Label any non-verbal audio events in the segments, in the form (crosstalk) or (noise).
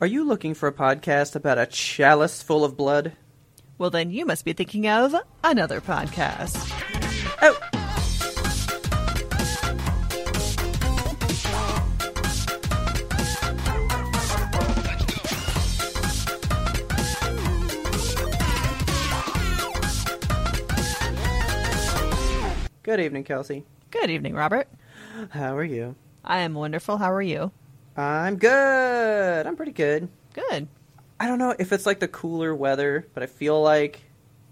Are you looking for a podcast about a chalice full of blood? Well, then you must be thinking of another podcast. Oh! Good evening, Kelsey. Good evening, Robert. How are you? I am wonderful. How are you? I'm good. I'm pretty good. Good. I don't know if it's like the cooler weather, but I feel like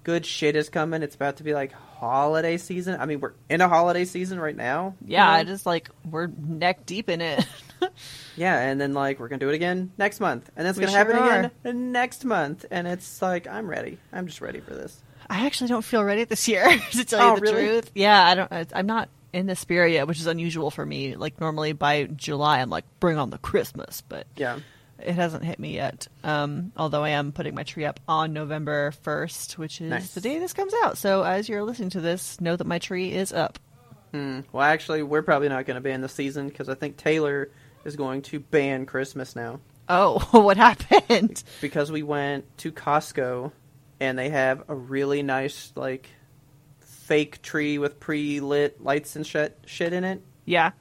good shit is coming. It's about to be like holiday season. I mean, we're in a holiday season right now. Yeah, I just like we're neck deep in it. (laughs) Yeah, and then like we're gonna do it again next month, and that's We gonna sure happen again next month. And it's like I'm ready. I'm just ready for this. I actually don't feel ready this year (laughs) to tell Oh, you the really? truth. Yeah, I don't. I, I'm not in the spirit yet, which is unusual for me. Like normally by July, I'm like bring on the Christmas, but Yeah. it hasn't hit me yet. Um, although I am putting my tree up on November first, which is Nice. the day this comes out. So as you're listening to this, know that my tree is up. Hmm. Well, actually, we're probably not gonna ban the season because I think Taylor is going to ban Christmas now Oh, (laughs) what happened? because we went to Costco and they have a really nice like fake tree with pre lit lights and shit shit in it, Yeah.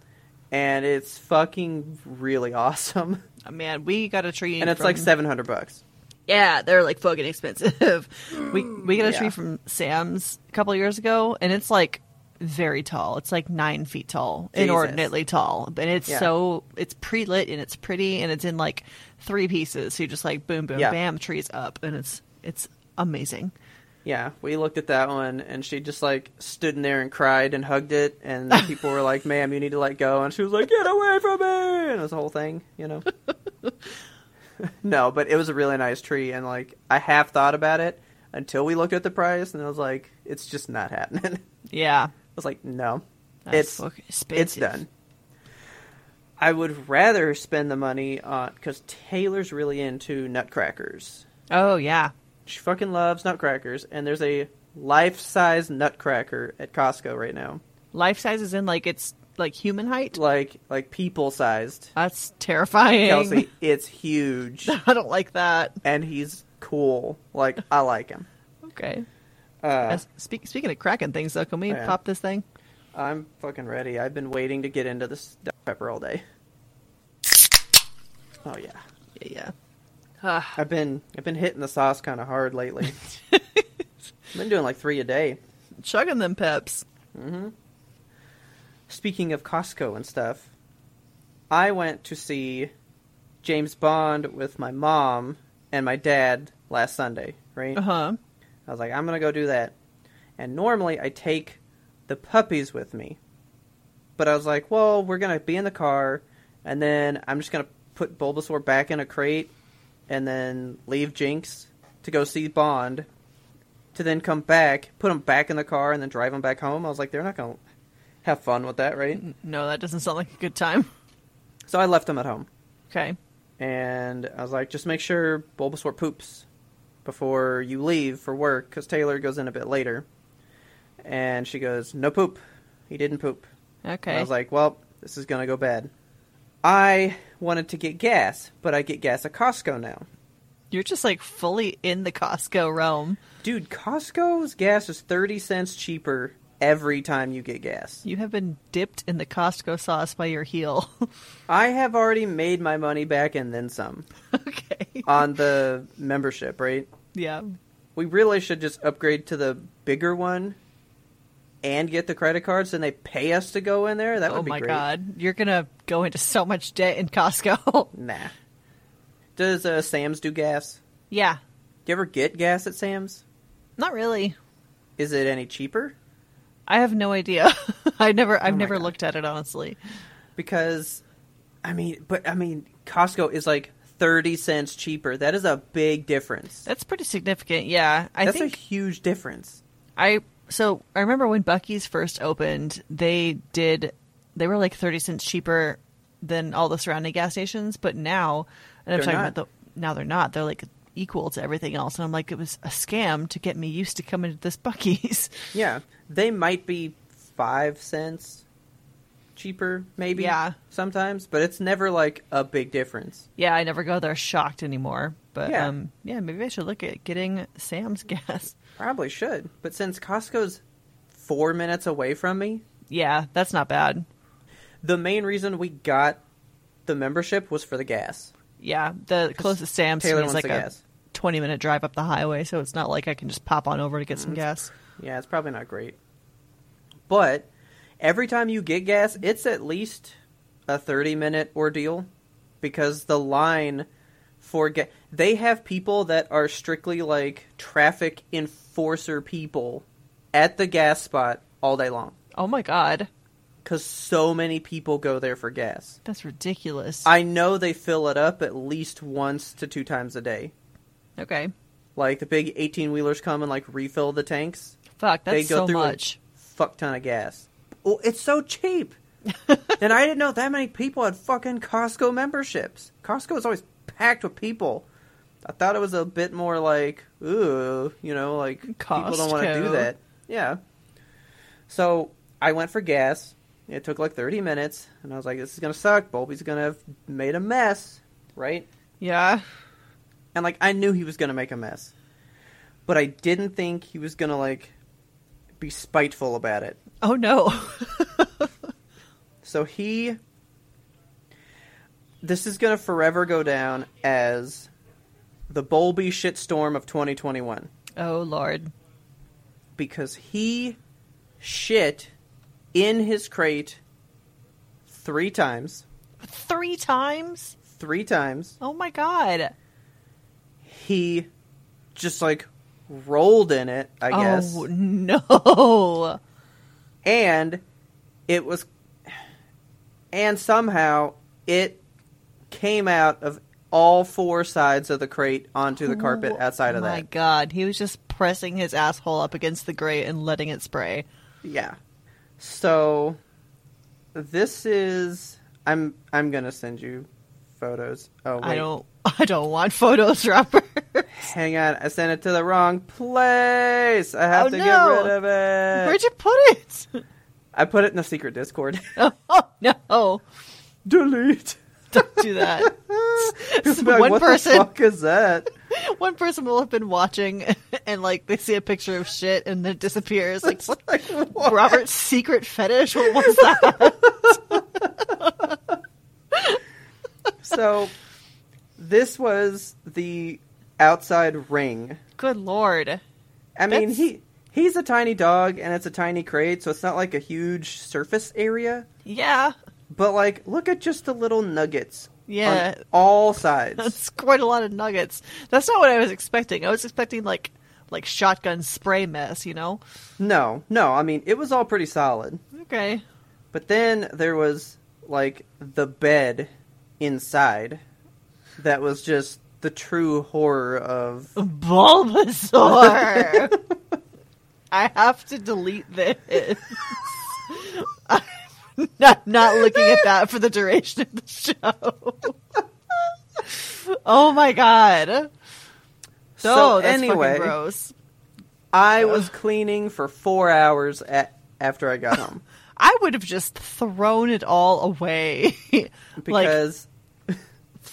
and it's fucking really (laughs) awesome. Oh, man, we got a tree, And it's from- like seven hundred bucks. Yeah, they're like fucking expensive. (laughs) we we got a tree Yeah. from Sam's a couple years ago, and it's like very tall. It's like nine feet tall, Jesus. inordinately tall. And it's Yeah. so it's pre lit and it's pretty, and it's in like three pieces. So you just like boom, boom, Yeah. bam, trees up, and it's it's amazing. Yeah, we looked at that one, and she just like stood in there and cried and hugged it, and the people were like, "Ma'am, you need to let go," and she was like, "Get away from me!" And it was the whole thing, you (laughs) know. no, but it was a really nice tree, and like I half thought about it until we looked at the price, and I was like, "It's just not happening." (laughs) I Yeah, was like, "No, That's it's fucking it's expensive. done." I would rather spend the money on because Taylor's really into nutcrackers. Oh yeah, She fucking loves nutcrackers, and there's a life-size nutcracker at Costco right now, life size is in like it's like human height. like like people-sized. That's terrifying. Kelsey, it's huge, (laughs) (laughs) I don't like that. and he's cool. Like I like him. Okay. Uh, As- speak, speaking of cracking things, though, can we Oh, Yeah. pop this thing? I'm fucking ready. I've been waiting to get into this Dr. pepper all day. Oh yeah, Yeah, yeah. I've been I've been hitting the sauce kind of hard lately. I've been doing like three a day. chugging them peps. speaking of Costco and stuff, I went to see James Bond with my mom and my dad last Sunday, right? Uh huh. I was like, I'm going to go do that. And normally I take the puppies with me. But I was like, well, we're going to be in the car, and then I'm just going to put Bulbasaur back in a crate and then leave Jinx to go see Bond to then come back, put him back in the car, and then drive him back home. I was like, they're not going to have fun with that, right? No, that doesn't sound like a good time. So I left them at home. Okay. and I was like, just make sure Bulbasaur poops before you leave for work, because Taylor goes in a bit later. And she goes, no poop. He didn't poop. And Okay. I was like, well, this is going to go bad. I wanted to get gas, but I get gas at Costco now. You're just like fully in the Costco realm. Dude, Costco's gas is 30 cents cheaper every time you get gas. You have been dipped in the Costco sauce by your heel. (laughs) I have already made my money back and then some okay. on the membership, right? Yeah. we really should just upgrade to the bigger one and get the credit cards and they pay us to go in there that Oh would be my great god. You're gonna go into so much debt in Costco. (laughs) nah does uh, sam's do gas yeah. do you ever get gas at sam's Not really. is it any cheaper I have no idea. (laughs) I never I've Oh my never God. looked at it honestly. because i mean but i mean costco is like 30 cents cheaper. That is a big difference. That's pretty significant. Yeah, I That's think a huge difference. I so I remember when Bucky's first opened, they did they were like thirty cents cheaper than all the surrounding gas stations, but now and I'm They're talking not. about the now they're not. They're like equal to everything else. And I'm like, it was a scam to get me used to coming to this Bucky's. Yeah, they might be five cents cheaper, maybe. Yeah. sometimes, but it's never like a big difference. (laughs) yeah, I never go there shocked anymore. But Yeah. um yeah, maybe I should look at getting Sam's (laughs) gas. Probably should, but since Costco's four minutes away from me, Yeah, that's not bad. the main reason we got the membership was for the gas. Yeah, the closest Sam's to Taylor me is wants like the a gas. twenty minute drive up the highway, so it's not like I can just pop on over to get some gas. Yeah, Mm, it's probably not great, but every time you get gas, it's at least a thirty-minute ordeal because the line for gas. They have people that are strictly like traffic enforcer people at the gas spot all day long Oh my god. because so many people go there for gas. That's ridiculous. I know they fill it up at least once to two times a day. okay. Like the big eighteen wheelers come and like refill the tanks. Fuck, they that's go so through much. a fuck ton of gas. Well, it's so cheap, (laughs) and I didn't know that many people had fucking Costco memberships. Costco is always packed with people. I thought it was a bit more like, ooh, you know, like people don't want to do Costco. that. Yeah. So I went for gas. It took like 30 minutes, and I was like, this is gonna suck. Bulby's gonna have made a mess, right? Yeah. (laughs) And like I knew he was gonna make a mess. But I didn't think he was gonna like be spiteful about it. Oh no. (laughs) So he this is gonna forever go down as the Bowlby shitstorm of twenty twenty one. oh lord. Because he shit in his crate three times. Three times? Three times. Oh my god. He just like rolled in it, I guess. Oh no. and it was and somehow it came out of all four sides of the crate onto (laughs) the carpet outside of Oh my that god. He was just pressing his asshole up against the grate and letting it spray. yeah so this is i'm i'm gonna send you photos oh wait Uh, I don't (laughs) I don't want photos, (laughs) Robert. hang on i sent it to the wrong place i have Oh, to no. get rid of it Where'd you put it? (laughs) i put it in the secret discord Oh no. (laughs) delete Don't do (laughs) that. People be like, One what person. the fuck is (laughs) that One person will have been watching (laughs) and like they see a picture of shit and it (laughs) disappears. Like what like what? (laughs) Robert's secret fetish? What was that? so this was the outside ring. (laughs) Good lord. I mean, That's- he he's a tiny dog and it's a tiny crate, so it's not like a huge surface area, Yeah. but like look at just the little nuggets Yeah. on all sides. That's quite a lot of nuggets. That's not what I was expecting. I was expecting like like shotgun spray mess, you know? No, no, I mean, it was all pretty solid. Okay. But then there was like the bed inside that was just the true horror of (laughs) Bulbasaur. (laughs) I have to delete this. (laughs) I'm not, not looking at that for the duration of the show. (laughs) oh my god. So, that's fucking gross. I was cleaning for four hours a after I (laughs) got home I would have just thrown it all away. (laughs) like because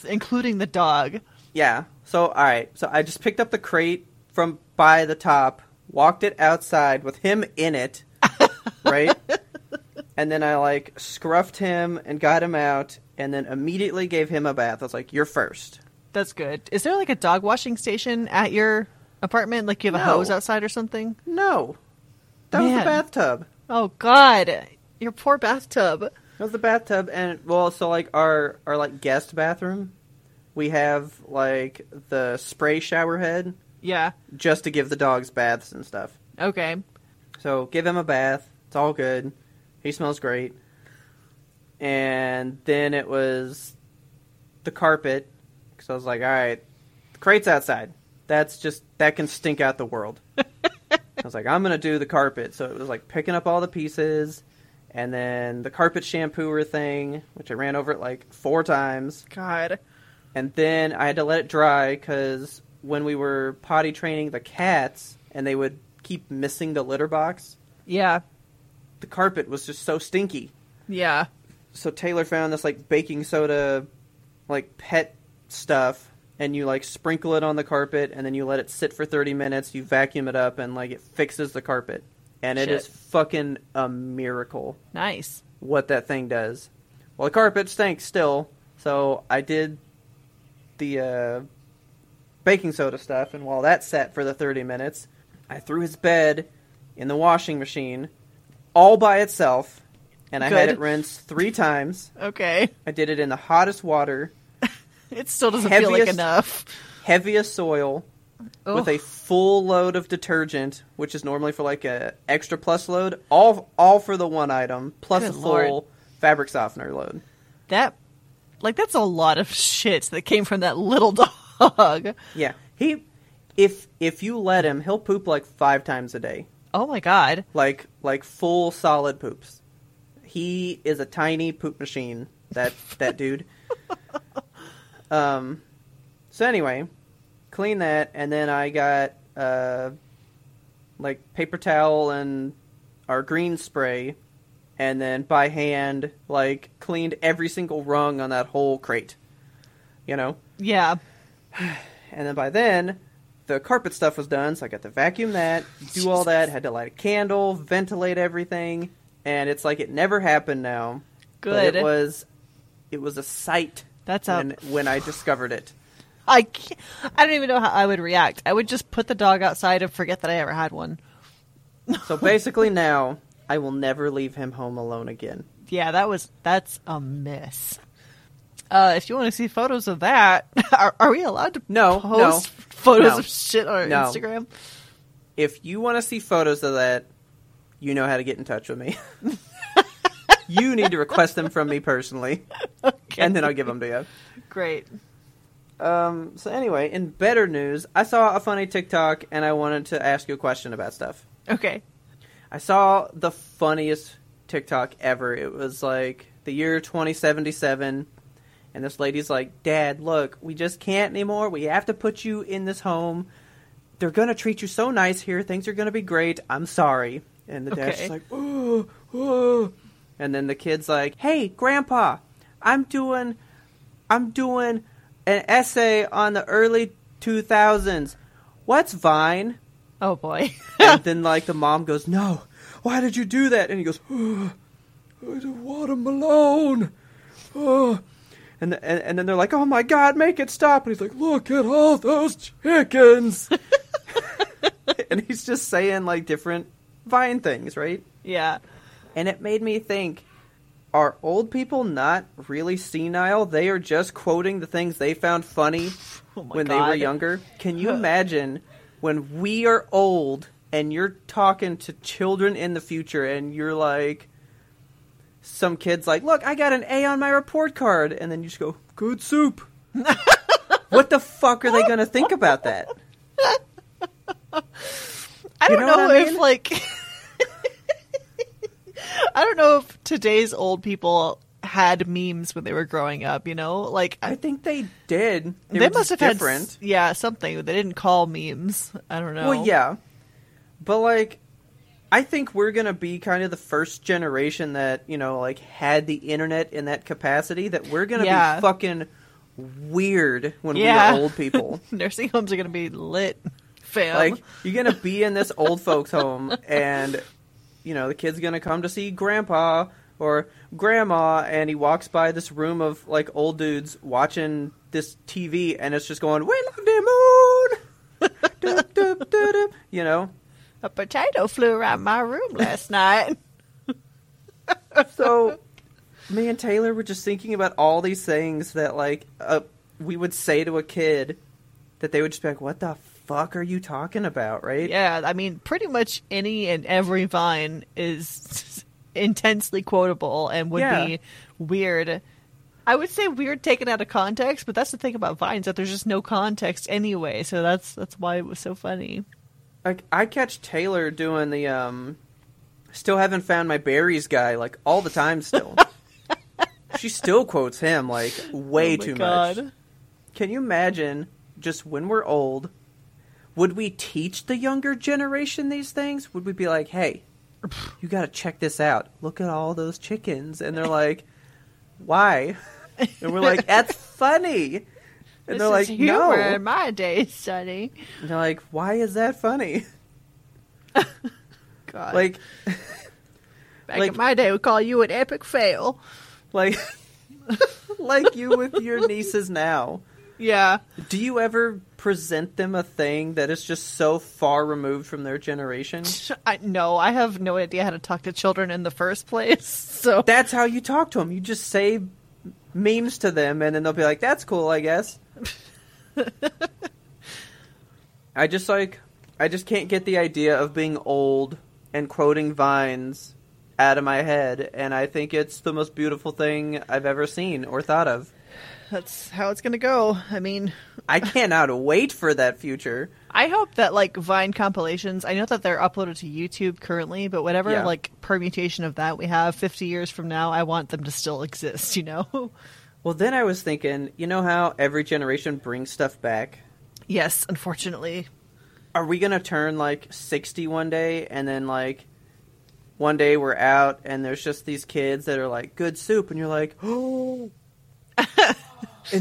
including the dog. yeah. So all right, so I just picked up the crate from by the top, walked it outside with him in (laughs) it, right? And then I like scruffed him and got him out, and then immediately gave him a bath. I was like, "You're first. That's good. Is there like a dog washing station at your apartment? Like you have a No. hose outside or something? No, that was Man. the bathtub. Oh god. Your poor bathtub. That was the bathtub, and well, so like our our like guest bathroom, we have like the spray shower head. Yeah. just to give the dogs baths and stuff. Okay. So give him a bath. It's all good. He smells great. And then it was the carpet. So I was like, all right, the crate's outside. That's just that can stink out the world. I was like, I'm gonna do the carpet. So it was like picking up all the pieces, and then the carpet shampooer thing, which I ran over it like four times, God. and then I had to let it dry because when we were potty training the cats, and they would keep missing the litter box, Yeah. the carpet was just so stinky. Yeah. so Taylor found this like baking soda, like pet stuff, and you like sprinkle it on the carpet, and then you let it sit for thirty minutes. You vacuum it up, and like it fixes the carpet, and it Shit. is fucking a miracle Nice. what that thing does. Well, the carpet stinks still, so I did the uh, baking soda stuff, and while that sat for the 30 minutes, I threw his bed in the washing machine all by itself, and I had Good. it rinsed three times. Okay. (laughs) I did it in the hottest water, It still doesn't feel like Heaviest- enough. heaviest soil, with Ugh. a full load of detergent, which is normally for like a extra plus load, all all for the one item, plus Good a lord. full fabric softener load. that like that's a lot of (laughs) shit that came from that little (laughs) dog. Yeah, he if if you let him, he'll poop like five times a day, Oh my god. like like full solid poops. He is a tiny poop machine. That that dude. Um, so anyway, clean that, and then I got uh, like paper towel and our green spray, and then by hand like cleaned every single rung on that whole crate. You know. Yeah. And then by then, the carpet stuff was done, so I got to vacuum that, do all that, had to light a candle, ventilate everything, and it's like it never happened now. But Good. it was it was a sight That's a- when, when I discovered it. I can't, I don't even know how I would react. I would just put the dog outside and forget that I ever had one. So basically now I will never leave him home alone again. Yeah, that was that's a miss. Uh, if you want to see photos of that, (laughs) are, are we allowed to No, post no, photos no, of shit on our no. Instagram? If you want to see photos of that, you know how to get in touch with me. (laughs) you need to request them from me personally, and then I'll give them to you. Great. Um, so anyway, in better news, I saw a funny TikTok and I wanted to ask you a question about stuff. Okay. I saw the funniest TikTok ever. It was like the year 2077 and this lady's like, "Dad, look, we just can't anymore. We have to put you in this home. They're going to treat you so nice here. Things are going to be great. I'm sorry." And the dad's Okay. just like, "Oh, oh." And then the kid's like, "Hey, grandpa, I'm doing I'm doing an essay on the early 2000s. What's Vine?" Oh boy. (laughs) and then like the mom goes, "No, why did you do that?" And he goes, oh, "It's a watermelon." Oh. And, the, and and then they're like, "Oh my God, make it stop!" And he's like, "Look at all those chickens." (laughs) and he's just saying like different vine things, right? yeah. And it made me think: Are old people not really senile? They are just quoting the things they found funny (laughs) Oh my when they God. were younger. Can (laughs) you imagine when we are old and you're talking to children in the future and you're like, some kid's like, look, I got an A on my report card. And then you just go, good soup. (laughs) what the fuck are they going to think about that? I You don't know know, what I if mean? like (laughs) I don't know if today's old people had memes when they were growing up, you know? Like I I, think they did. They, they, were must just have different. had s- yeah, something they didn't call memes. I don't know. Well, yeah, but like, I think we're gonna be kind of the first generation that you know, like, had the internet in that capacity. That we're gonna Yeah. be fucking weird when Yeah. we are old people. (laughs) (laughs) Nursing homes are going to be lit. Fam. like, you're gonna be in this old folks' home, and you know, the kid's gonna come to see grandpa or grandma, and he walks by this room of like old dudes watching this TV, and it's just going, "We love the moon." (laughs) Doop, doop, doop, doop. You know, a potato flew around my room last (laughs) night. (laughs) so me and Taylor were just thinking about all these things that like uh, we would say to a kid that they would just be like, "What the fuck are you talking about?" Right? Yeah, I mean, pretty much any and every (laughs) vine is intensely quotable and would Yeah. be weird I would say weird taken out of context, but that's the thing about Vines that there's just no context anyway. So that's that's why it was so funny. Like I catch Taylor doing the um still haven't found my berries guy like all the time (laughs) still. she still quotes him like way Oh my too much. God. Can you imagine just when we're old would we teach the younger generation these things? Would we be like, "Hey, you got to check this out. Look at all those chickens." And they're like, "Why?" And we're (laughs) like, "That's funny." And This they're like, is humor "No." in my day, (laughs) Sonny. And they're like, "Why is that funny?" God, Like, back like- in my day, we call you an epic fail. like, (laughs) like you with your nieces now. Yeah, Do you ever present them a thing that is just so far removed from their generation? I, no, I have no idea how to talk to children in the first place. (laughs) So That's how you talk to them. You just say memes to them, and then they'll be like, "That's cool, I guess." I just like, I just can't get the idea of being old and quoting vines out of my head, and I think it's the most beautiful thing I've ever seen or thought of. that's how it's gonna go. I mean, I cannot wait for that future. I hope that like Vine compilations. I know that they're uploaded to YouTube currently, but whatever Yeah. like permutation of that we have 50 years from now, I want them to still exist. You know? (laughs) Well, then I was thinking, you know how every generation brings stuff back? yes, unfortunately. Are we going to turn like 60 one day and then like one day we're out and there's just these kids that are like, good soup, and you're like, oh. (laughs) and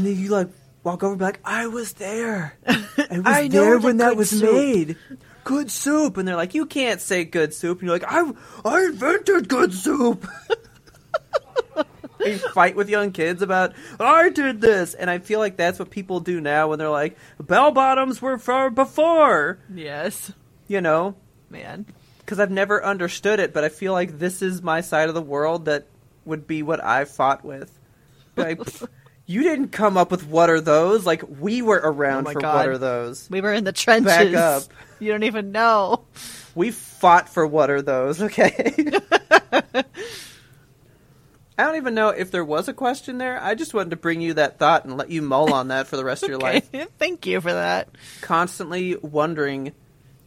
then you like walk over and be like, I was there. (laughs) I was I know there the when that good was soup." made. Good soup. And they're like, you can't say good soup. And you're like, I, I invented good soup. (laughs) a fight with young kids about I did this, and I feel like that's what people do now when they're like bell bottoms were for before, Yes, you know, man. because I've never understood it, but I feel like this is my side of the world that would be what I fought with. (laughs) Like, pff, you didn't come up with what are those? Like we were around Oh my for God. what are those? We were in the trenches. up. You don't even know. We fought for what are those? (laughs) (laughs) Okay. I don't even know if there was a question there. I just wanted to bring you that thought and let you mull on that for the rest of your (laughs) Okay. life. Thank you for that. constantly wondering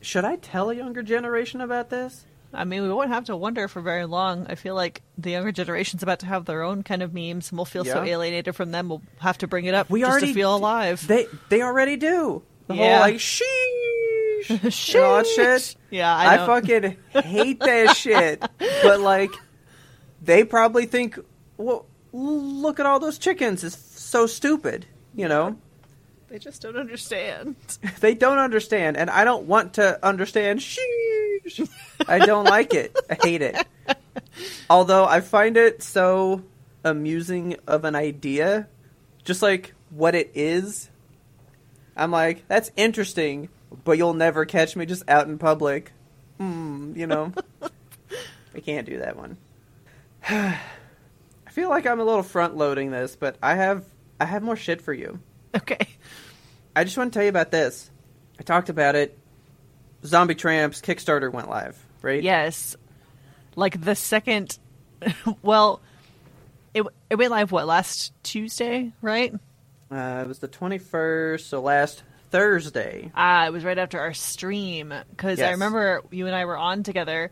should I tell a younger generation about this? I mean, we won't have to wonder for very long. I feel like the younger generation's about to have their own kind of memes, and we'll feel so Yeah. alienated from them. We'll have to bring it up We just already to feel alive. They they already do. The Yeah. whole like (laughs) sheesh, and all that Sheesh. shit. Yeah, I I, don't- fucking hate (laughs) that shit. But like they probably think well look at all those chickens is so stupid, you know? They just don't understand. (laughs) (laughs) They don't understand and I don't want to understand sheesh. I don't like it. I hate it. Although I find it so amusing of an idea, just like what it is. I'm like, that's interesting, but you'll never catch me just out in public. Mm, you know? I can't do that one. (sighs) I feel like I'm a little front loading this, but I have I have more shit for you. Okay. I just want to tell you about this. I talked about it. Zombie Tramps Kickstarter went live, right? Yes. Like the second. (laughs) well, it it went live what last Tuesday, right? Uh, it was the 21st, so last Thursday. Ah, it was right after our stream because I Yes. remember you and I were on together,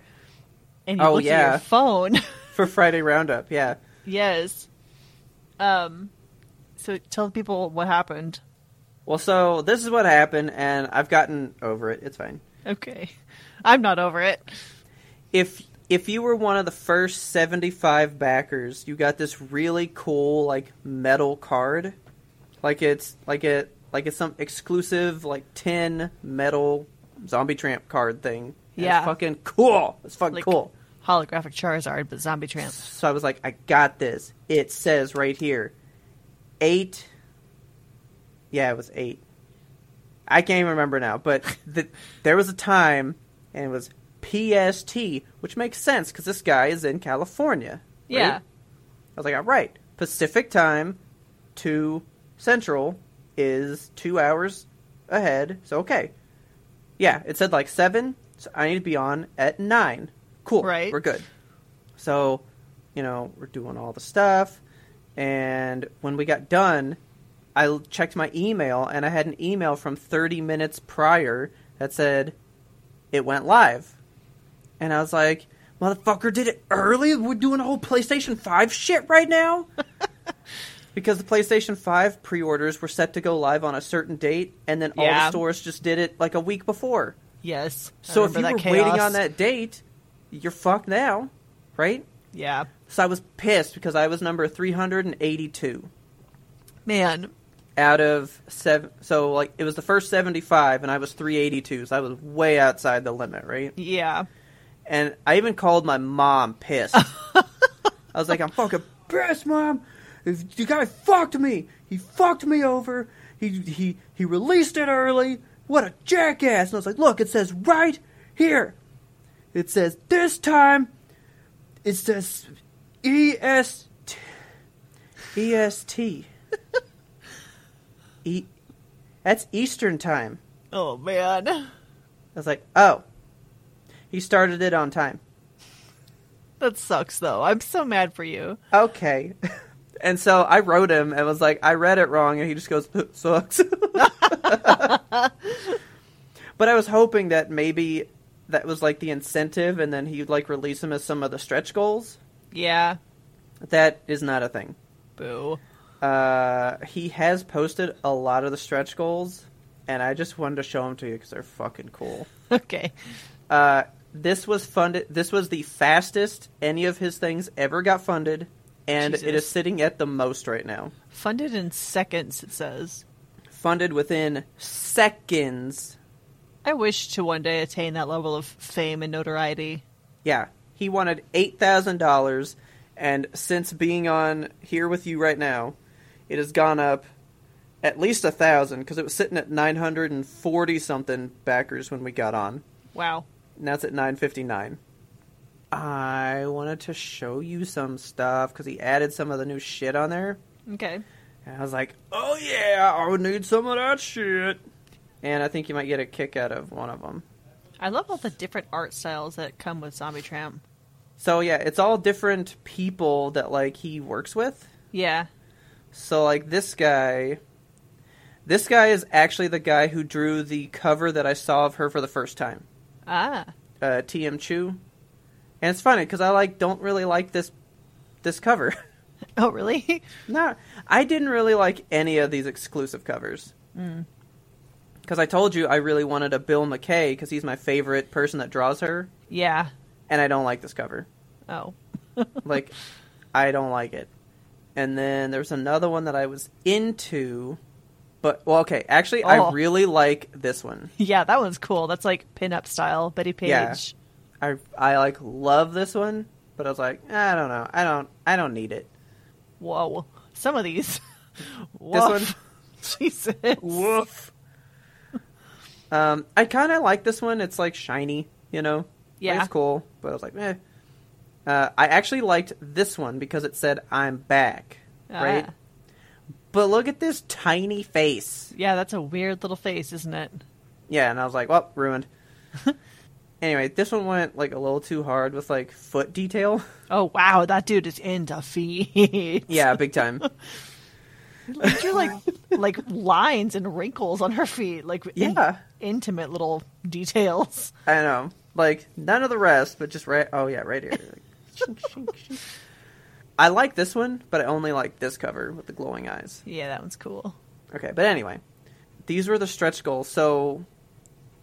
and you Oh, looked at yeah. your phone. (laughs) For Friday Roundup, yeah. yes. Um. So tell people what happened. Well, so this is what happened, and I've gotten over it. It's fine. Okay. I'm not over it. If if you were one of the first 75 backers, you got this really cool like metal card. Like it's like it like it's some exclusive like tin metal zombie tramp card thing. And Yeah. It's fucking cool. It's fucking Like- cool. Holographic Charizard, but zombie tramp. So I was like, I got this. It says right here, eight. Yeah, it was eight. I can't even remember now, but (laughs) the, there was a time, and it was PST, which makes sense because this guy is in California. Yeah. right? I was like, all right, Pacific time to Central is two hours ahead, so okay. Yeah, it said like seven, so I need to be on at nine. Cool, Right. We're good. So, you know, we're doing all the stuff. And when we got done, I l- checked my email and I had an email from 30 minutes prior that said it went live. And I was like, motherfucker did it early? We're doing a whole PlayStation 5 shit right (laughs) now? because the PlayStation 5 pre orders were set to go live on a certain date, and then all the Yeah. stores just did it like a week before. Yes. I So if you remember were that waiting chaos. on that date, you're fucked now, right? yeah, So I was pissed because I was number 382 man, out of seven. So like it was the first 75, and I was 382, so I was way outside the limit, right? yeah, And I even called my mom pissed. I was like, "I'm fucking pissed, mom. This- The guy fucked me. He fucked me over. He he he released it early. What a jackass!" And I was like, "Look, it says right here. It says this time. It says E S T E S T (laughs) E. That's Eastern time." oh man, I was like, "Oh, he started it on time." that sucks though. I'm so mad for you. okay. (laughs) And so I wrote him and was like, I read it wrong, and he just goes, sucks. but I was hoping that maybe that was like the incentive, and then he'd like release him as some of the stretch goals. Yeah, That is not a thing. boo. (laughs) Uh, he has posted a lot of the stretch goals, and I just wanted to show them to you because they're fucking cool. Okay, Uh, this was funded. This was the fastest any of his things ever got funded, and it Jesus. is sitting at the most right now. funded in seconds. It says. funded within seconds. I wish to one day attain that level of fame and notoriety. Yeah, he wanted eight thousand dollars, and since being on here with you right now, it has gone up at least a thousand because it was sitting at nine hundred and forty something backers when we got on. Wow. Now it's at nine fifty nine. I wanted to show you some stuff because he added some of the new shit on there. Okay. And I was like, oh yeah, I would need some of that shit. And I think you might get a kick out of one of them. I love all the different art styles that come with Zombie Tramp. So yeah, it's all different people that like he works with. Yeah. So like this guy this guy is actually the guy who drew the cover that I saw of her for the first time. Ah. (laughs) Uh TM Chu. And it's funny cuz I like don't really like this this cover. (laughs) Oh, really? (laughs) no, I didn't really like any of these exclusive covers. Cuz I told you I really wanted a Bill McKay cuz he's my favorite person that draws her yeah. and I don't like this cover. Oh. like i don't like it and then there's another one that i was into but well okay actually i Oh. really like this one Yeah, that one's cool. That's like pinup style, Betty Page. Yeah. i i like love this one but i was like "Eh, i don't know i don't i don't need it Whoa. Some of (laughs) these. This (laughs) Jesus. woof (laughs) um i kind of like this one it's like shiny you know Like, Yeah. it's cool but i was like eh. uh, i actually liked this one because it said i'm back right Ah. but look at this tiny face Yeah, that's a weird little face, isn't it? Yeah, and I was like, well, ruined. anyway, this one went like a little too hard with like foot detail. Oh, wow. That dude is into feet. (laughs) yeah, big time. He drew like, like lines and wrinkles on her feet. Like, in- Yeah. intimate little details. (laughs) I know. Like none of the rest, but just right. Oh yeah, right here. Like, shink, shink, shink. I like this one, but I only like this cover with the glowing eyes. Yeah, that one's cool. Okay, but anyway, these were the stretch goals. So,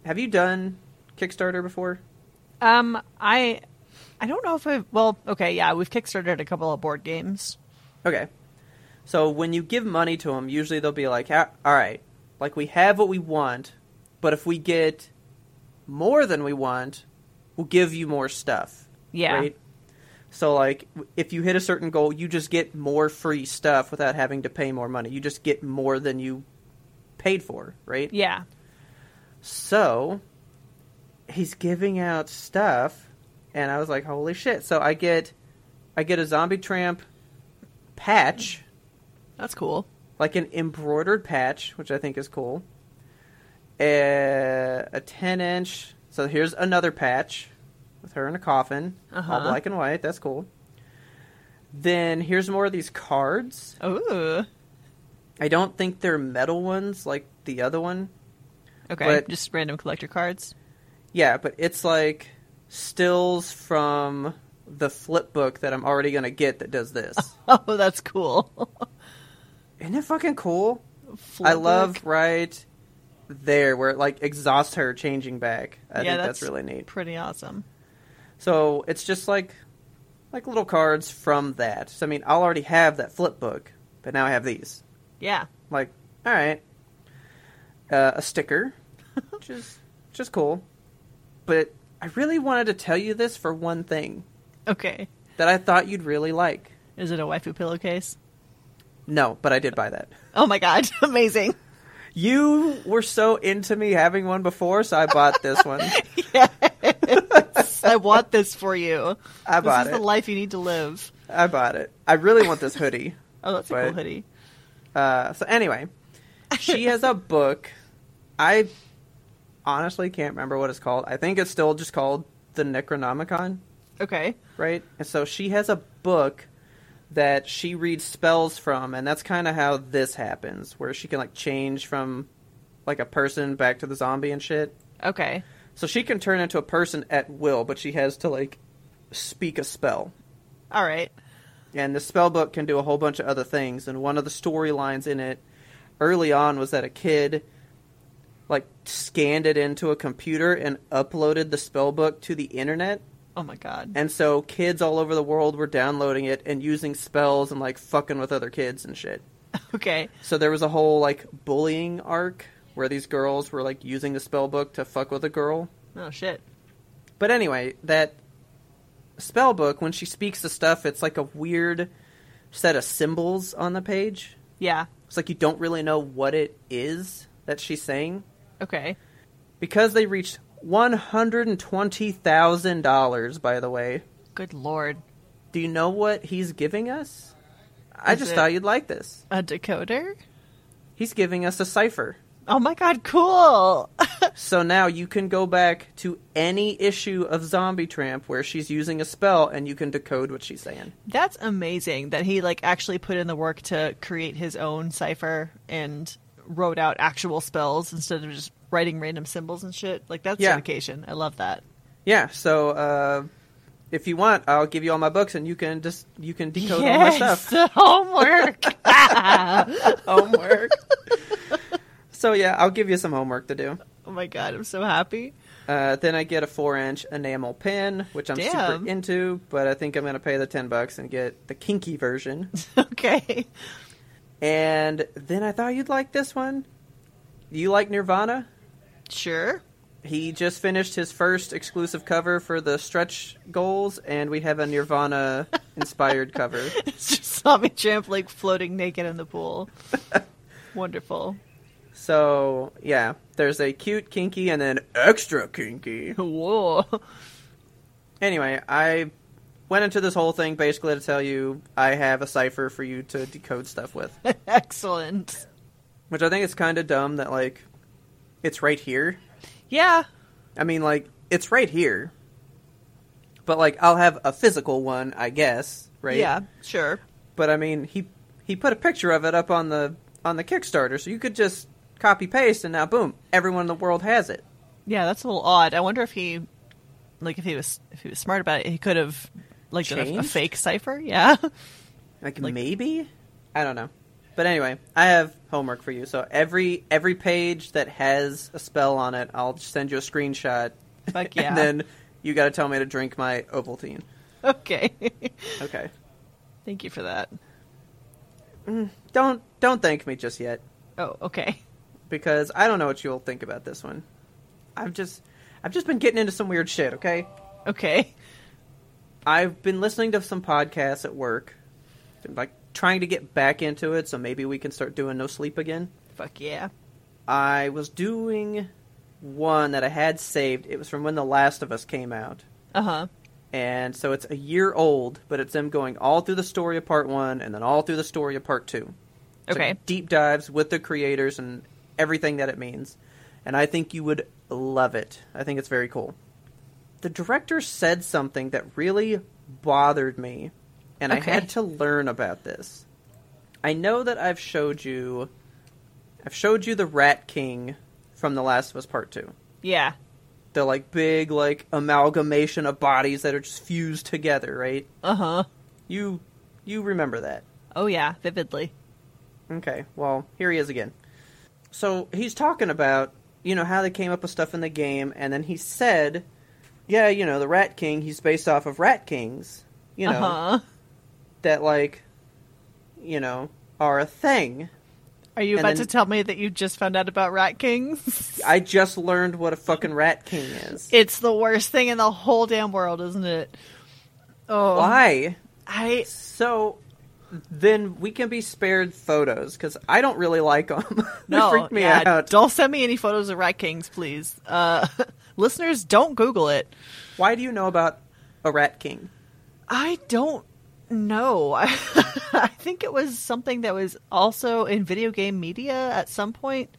have you done Kickstarter before? Um, I, I don't know if I. Well, okay, yeah, we've kickstarted a couple of board games. Okay. So when you give money to them, usually they'll be like, "Ah, "All right, like we have what we want, but if we get more than we want, we'll give you more stuff." Yeah. Right? So like w- if you hit a certain goal, you just get more free stuff without having to pay more money. You just get more than you paid for, right? Yeah. So he's giving out stuff, and I was like, "Holy shit!" So I get, I get a zombie tramp patch, That's cool. like an embroidered patch, which I think is cool. A, a ten inch. So here's another patch with her in a coffin, all Uh-huh. black and white. That's cool. Then here's more of these cards. Ooh. I don't think they're metal ones like the other one. Okay. But- Just random collector cards. Yeah, but it's like stills from the flip book that I'm already going to get that does this. (laughs) Oh, that's cool. (laughs) Isn't it fucking cool? I love Flipbook. right there where it like exhausts her changing back. I think that's, really neat. Pretty awesome. So it's just like like little cards from that. So I mean, I'll already have that flip book, but now I have these. Yeah. Like, all right, uh, a sticker, which is just cool. But I really wanted to tell you this for one thing Okay. that I thought you'd really like. Is it a waifu pillowcase? No, but I did buy that. Oh my god, (laughs) amazing. You were so into me having one before, so I bought this one. I want this for you. (laughs) I bought this it. is the life you need to live. I bought it. I really want this hoodie. Oh, that's a Right. cool hoodie. Uh, so anyway, she has a book. I honestly can't remember what it's called. I think it's still just called the Necronomicon, Okay. right? And so she has a book that she reads spells from, and that's kind of how this happens, where she can like change from like a person back to the zombie and shit. Okay. So she can turn into a person at will, but she has to like speak a spell. All right. And the spell book can do a whole bunch of other things. And one of the storylines in it early on was that a kid like scanned it into a computer and uploaded the spell book to the internet. Oh my god. (laughs) And so kids all over the world were downloading it and using spells and like fucking with other kids and shit. Okay. So there was a whole like bullying arc where these girls were like using the spell book to fuck with a girl. Oh shit. But anyway, that spell book, when she speaks the stuff, it's like a weird set of symbols on the page. Yeah. It's like you don't really know what it is that she's saying. Okay. Because they reached $120,000, by the way. Good lord. Do you know what he's giving us? I Is just it- thought you'd like this. A decoder? He's giving us a cipher. Oh my god, cool. So now you can go back to any issue of Zombie Tramp where she's using a spell and you can decode what she's saying. That's amazing that he like actually put in the work to create his own cipher and wrote out actual spells instead of just writing random symbols and shit. Like that's Yeah. dedication. I love that. Yeah, so uh, if you want, I'll give you all my books, and you can just you can decode all my (laughs) stuff. homework. (laughs) Homework. (laughs) so yeah, I'll give you some homework to do. oh my god, I'm so happy. (laughs) Uh, then I get a four-inch enamel pin, which I'm Damn. super into, but I think I'm going to pay the ten bucks and get the kinky version. Okay. and then I thought you'd like this one. You like Nirvana? Sure. (laughs) He just finished his first exclusive cover for the stretch goals, and we have a Nirvana inspired cover. It's just zombie tramp like floating naked in the pool. (laughs) Wonderful. So yeah, there's a cute kinky and then extra kinky. Whoa. Anyway, I went into this whole thing basically to tell you I have a cipher for you to decode stuff with, (laughs) Excellent. which I think is kind of dumb that like it's right here. Yeah. I mean, like it's right here, but like I'll have a physical one, I guess, right? Yeah, sure. But I mean, he he put a picture of it up on the on the Kickstarter, so you could just copy paste and now boom, everyone in the world has it. Yeah, that's a little odd. I wonder if he, like, if he was if he was smart about it, he could have like done a, a Changed? fake cipher. Yeah. (laughs) Like, Like- maybe? I don't know. But anyway, I have homework for you. So every every page that has a spell on it, I'll send you a screenshot. (laughs) Fuck yeah. and then you got to tell me to drink my Ovaltine. okay. (laughs) Okay. Thank you for that. Don't don't thank me just yet Oh, okay. because I don't know what you'll think about this one. I've just I've just been getting into some weird shit, okay? Okay. I've been listening to some podcasts at work. Been, Like trying to get back into it, so maybe we can start doing no sleep again. Fuck yeah. I was doing one that I had saved. It was from when The Last of Us came out. Uh huh. And so it's a year old, but it's them going all through the story of part one and then all through the story of part two. It's like Okay. deep dives with the creators and everything that it means. And I think you would love it. I think it's very cool. The director said something that really bothered me and Okay. I had to learn about this. I know that I've showed you, I've showed you the Rat King from The Last of Us Part Two. Yeah. The like big like amalgamation of bodies that are just fused together, right? Uh huh. You, you remember that? Oh yeah, vividly. Okay, well, here he is again. So he's talking about, you know, how they came up with stuff in the game, and then he said, yeah, you know, the Rat King, he's based off of Rat Kings, you know, Uh huh. that, like, you know, are a thing. Are you And about then- to tell me that you just found out about Rat Kings? I just learned what a fucking Rat King is. (laughs) it's the worst thing in the whole damn world, isn't it? Oh, Why? I So then we can be spared photos, because I don't really like them. (laughs) no. they freak me yeah, out. Don't send me any photos of Rat Kings, please. Uh, (laughs) listeners, don't Google it. Why do you know about a Rat King? I don't know. (laughs) I think it was something that was also in video game media at some point.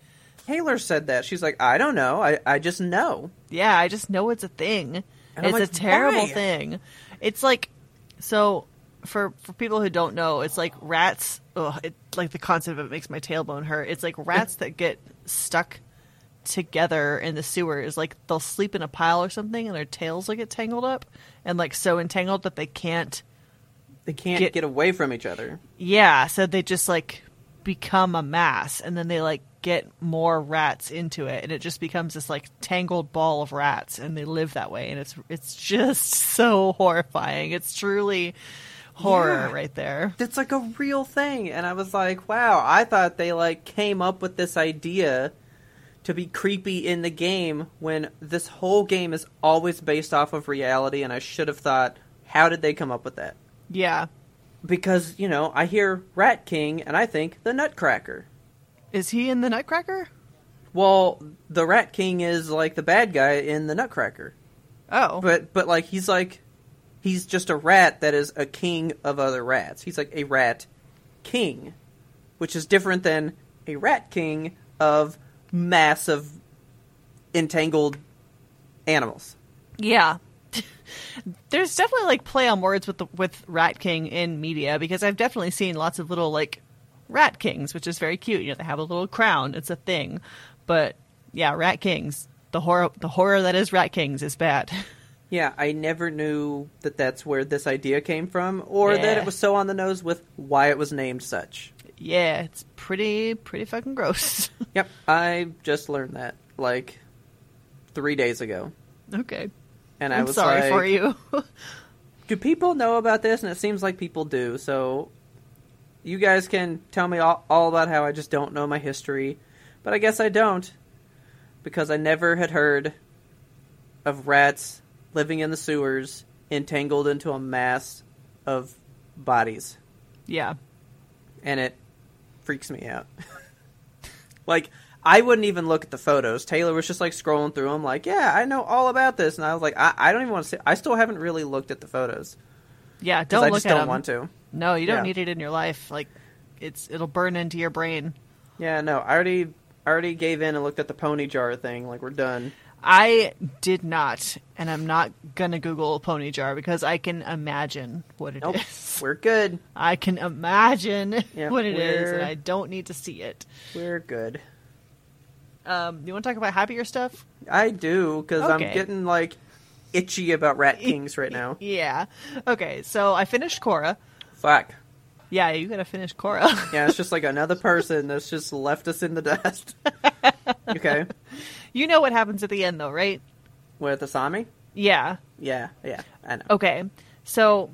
Taylor said that. She's like, I don't know. I, I just know. Yeah, I just know it's a thing. And I'm it's a like, terrible why? thing. It's like so for for people who don't know, it's like rats. Ugh, it, like the concept of it makes my tailbone hurt. It's like rats that get stuck together in the sewers. Like they'll sleep in a pile or something, and their tails will get tangled up and like so entangled that they can't. they can't Get- get, away from each other. Yeah, so they just like become a mass, and then they like get more rats into it, and it just becomes this like tangled ball of rats, and they live that way, and it's it's just (laughs) so horrifying. It's truly horror Yeah. right there. That's like a real thing. And I was like, wow, I thought they like came up with this idea to be creepy in the game when this whole game is always based off of reality and I should have thought, how did they come up with that? Yeah, Because, you know, I hear Rat King and I think the Nutcracker. is he in the Nutcracker? Well, the Rat King is like the bad guy in the Nutcracker. Oh, But but like he's like he's just a rat that is a king of other rats. He's like a rat king, which is different than a rat king of massive entangled animals. yeah. There's definitely like play on words with the, with Rat King in media because I've definitely seen lots of little like Rat Kings, which is very cute. You know, they have a little crown; it's a thing. But yeah, Rat Kings, the horror, the horror that is Rat Kings is bad. (laughs) Yeah, I never knew that that's where this idea came from or that Yeah. it was so on the nose with why it was named such. yeah, it's pretty pretty fucking gross. (laughs) Yep, I just learned that like 3 days ago. okay, And I I'm was like, sorry for you. (laughs) do people know about this? And it seems like people do. So you guys can tell me all, all about how I just don't know my history, but I guess I don't because I never had heard of rats living in the sewers entangled into a mass of bodies, yeah, and it freaks me out. (laughs) like I wouldn't even look at the photos. Taylor was just like scrolling through them, like, "Yeah, I know all about this," and I was like, "I, I don't even want to see." I still haven't really looked at the photos. yeah. 'Cause Don't I look just at don't them. want to. No, you don't Yeah. need it in your life. Like, it's it'll burn into your brain. Yeah, no, I already I already gave in and looked at the pony jar thing. Like we're done. I did not, and I'm not gonna Google pony jar because I can imagine what it (laughs) Nope, is. we're good. I can imagine (laughs) Yeah, what it is, and we're- I don't need to see it. We're good. Um, you want to talk about happier stuff? I do because Okay. I'm getting like itchy about Rat Kings right now. Yeah. Okay, so I finished Cora. Fuck. Yeah, you gotta finish Cora. Yeah, it's just like another person that's just left us in the dust. okay, (laughs) you know what happens at the end, though, right? with Asami. Yeah. Yeah, yeah, I know. Okay. So,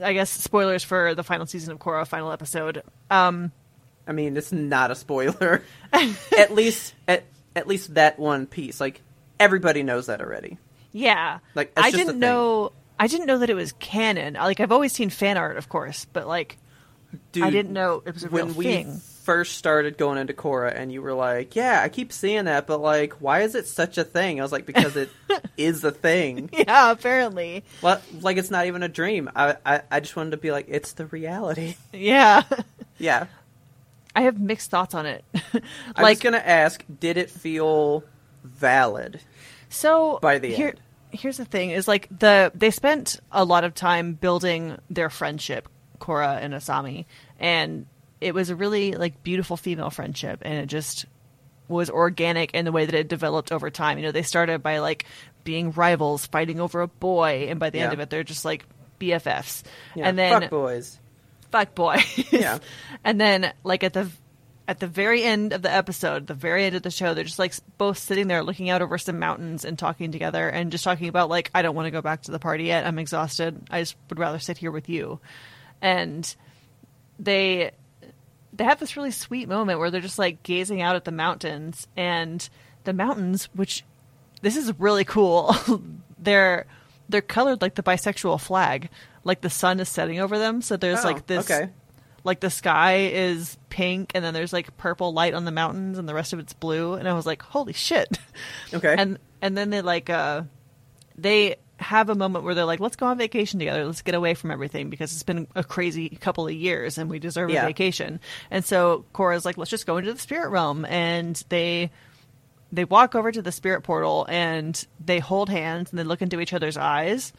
I guess spoilers for the final season of Cora, final episode. Um, I mean, it's not a (laughs) spoiler. at least at at least that one piece. Like everybody knows that already. Yeah. Like, that's I just a thing. didn't know I didn't know that it was canon. Like I've always seen fan art, of course, but like Dude, didn't know it was a when real we thing. first started going into Korra, and you were like, "Yeah, I keep seeing that, but like, why is it such a thing?" I was like, "Because (laughs) it is a thing. (laughs) yeah, apparently. Well, like, it's not even a dream. I, I, I just wanted to be like, it's the (laughs) reality." Yeah. yeah, I have mixed thoughts on it. (laughs) I was like gonna ask, did it feel valid? so by the here end. here's the thing is like the they spent a lot of time building their friendship Korra and Asami and it was a really like beautiful female friendship and it just was organic in the way that it developed over time you know they started by like being rivals fighting over a boy and by the end Yeah. of it they're just like BFFs Yeah, and then fuck boys. fuck boy. Yeah. (laughs) And then like at the at the very end of the episode, the very end of the show, they're just like both sitting there looking out over some mountains and talking together and just talking about like I don't want to go back to the party yet. I'm exhausted. I just would rather sit here with you. And they they have this really sweet moment where they're just like gazing out at the mountains and the mountains which this is really cool (laughs) they're they're colored like the bisexual flag like the sun is setting over them so there's Oh, like this okay. like the sky is pink and then there's like purple light on the mountains and the rest of it's blue and i was like holy shit (laughs) Okay. and and then they like uh they have a moment where they're like let's go on vacation together let's get away from everything because it's been a crazy couple of years and we deserve Yeah. a vacation and so cora's like let's just go into the spirit realm and they they walk over to the spirit portal and they hold hands and they look into each other's eyes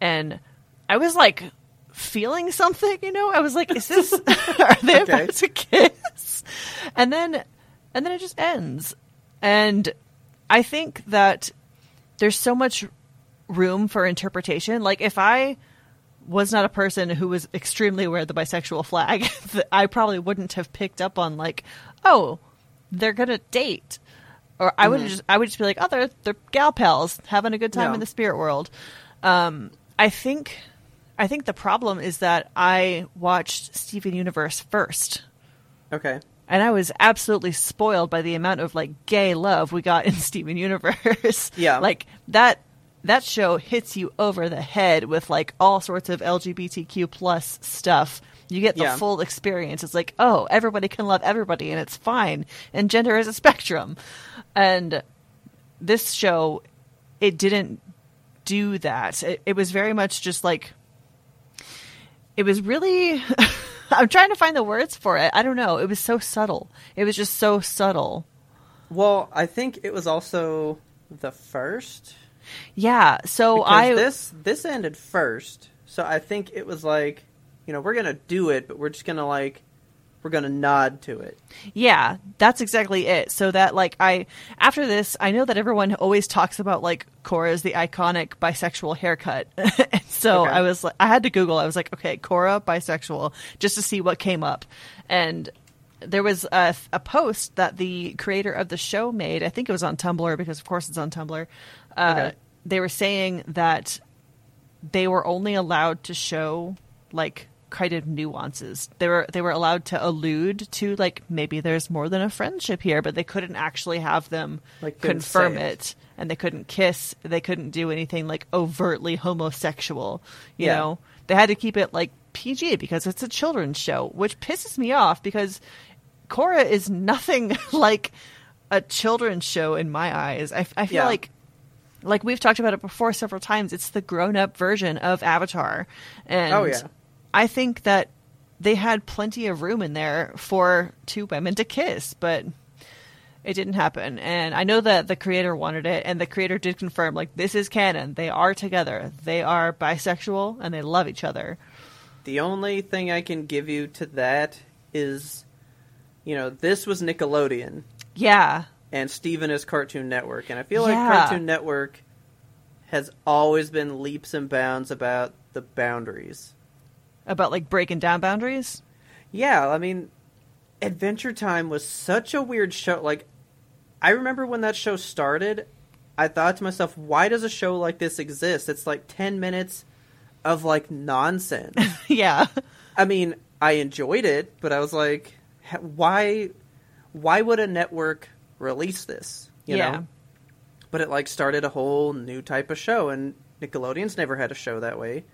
and i was like feeling something you know i was like is this are they Okay. about to kiss and then and then it just ends and i think that there's so much room for interpretation like if i was not a person who was extremely aware of the bisexual flag, (laughs) that I probably wouldn't have picked up on like, oh, they're gonna date, or I would just I would just be like, oh, they're they're gal pals having a good time Mm-hmm. Yeah. in the spirit world. Um, I think, I think the problem is that I watched Steven Universe first, Okay. and I was absolutely spoiled by the amount of like gay love we got in (laughs) Steven Universe. Yeah. like that that show hits you over the head with like all sorts of LGBTQ plus stuff. You get the Yeah. full experience. It's like, oh, everybody can love everybody, and it's fine. And gender is a spectrum. And this show, it didn't do that. It, it was very much just like it was really (laughs) i'm trying to find the words for it i don't know it was so subtle it was just so subtle Well, I think it was also the first. yeah so Because Oh, i this this ended first, so I think it was like, you know, we're gonna do it, but we're just gonna like, we're gonna nod to it. yeah that's exactly it so that like i after this i know that everyone always talks about like cora's the iconic bisexual haircut (laughs) And so Okay. i was like i had to google i was like okay cora bisexual just to see what came up and there was a, a post that the creator of the show made i think it was on tumblr because of course it's on tumblr uh, Okay. they were saying that they were only allowed to show like kind of nuances. They were they were allowed to allude to like maybe there's more than a friendship here, but they couldn't actually have them Like, couldn't confirm say it. it. And they couldn't kiss. They couldn't do anything like overtly homosexual. You Yeah. know, they had to keep it like PG because it's a children's show, which pisses me off because Cora is nothing (laughs) like a children's show in my eyes. I, I feel Yeah. like like we've talked about it before several times it's the grown-up version of avatar and Oh, yeah. i think that they had plenty of room in there for two women to kiss but it didn't happen and i know that the creator wanted it and the creator did confirm like this is canon they are together they are bisexual and they love each other The only thing I can give you to that is, you know, this was Nickelodeon yeah and Steven is Cartoon Network, and I feel Yeah. like Cartoon Network has always been leaps and bounds about the boundaries. about like breaking down boundaries (laughs) Yeah, I mean, Adventure Time was such a weird show. Like, I remember when that show started, I thought to myself, why does a show like this exist? It's like 10 minutes of, like, nonsense. yeah I mean, I enjoyed it, but I was like, h- why, why would a network release this? You yeah know? But it, like, started a whole new type of show, and Nickelodeon's never had a show that way.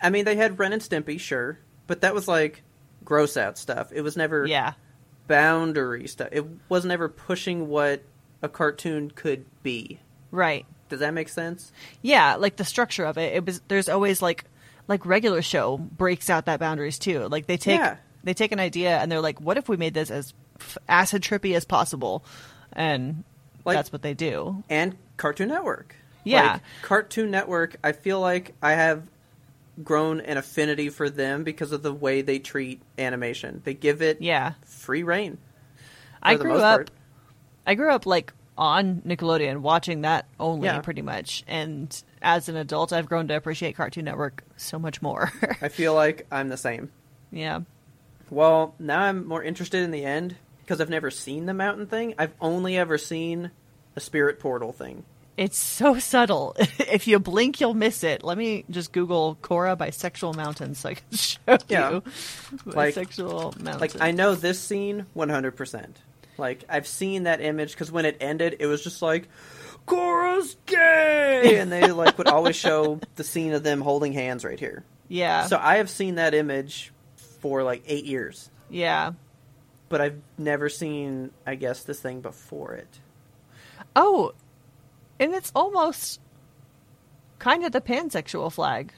I mean, they had Ren and Stimpy, sure, but that was, like, gross out stuff. It was never yeah boundary stuff. It wasn't ever pushing what a cartoon could be. right Does that make sense? yeah like the structure of it it was there's always like like regular show breaks out that boundaries too like they take Yeah. they take an idea and they're like what if we made this as f- acid trippy as possible and Like- that's what they do And Cartoon Network. Yeah. Like, Cartoon Network, I feel like I have grown an affinity for them because of the way they treat animation. They give it yeah. free reign. I for the grew most up part. I grew up like on Nickelodeon watching that only Yeah. pretty much. And as an adult I've grown to appreciate Cartoon Network so much more. (laughs) I feel like I'm the same. yeah. Well, now I'm more interested in the end because I've never seen the mountain thing. I've only ever seen the spirit portal thing. It's so subtle. (laughs) if you blink you'll miss it. Let me just Google Cora bisexual mountains so I can (laughs) show Yeah. you. Like- bisexual mountains. Like I know this scene 100%. Like I've seen that image because when it ended, it was just like Cora's gay, and they like would always show the scene of them holding hands right here. Yeah. So I have seen that image for like eight years, yeah. but I've never seen, I guess, this thing before it. Oh, and it's almost kind of the pansexual flag,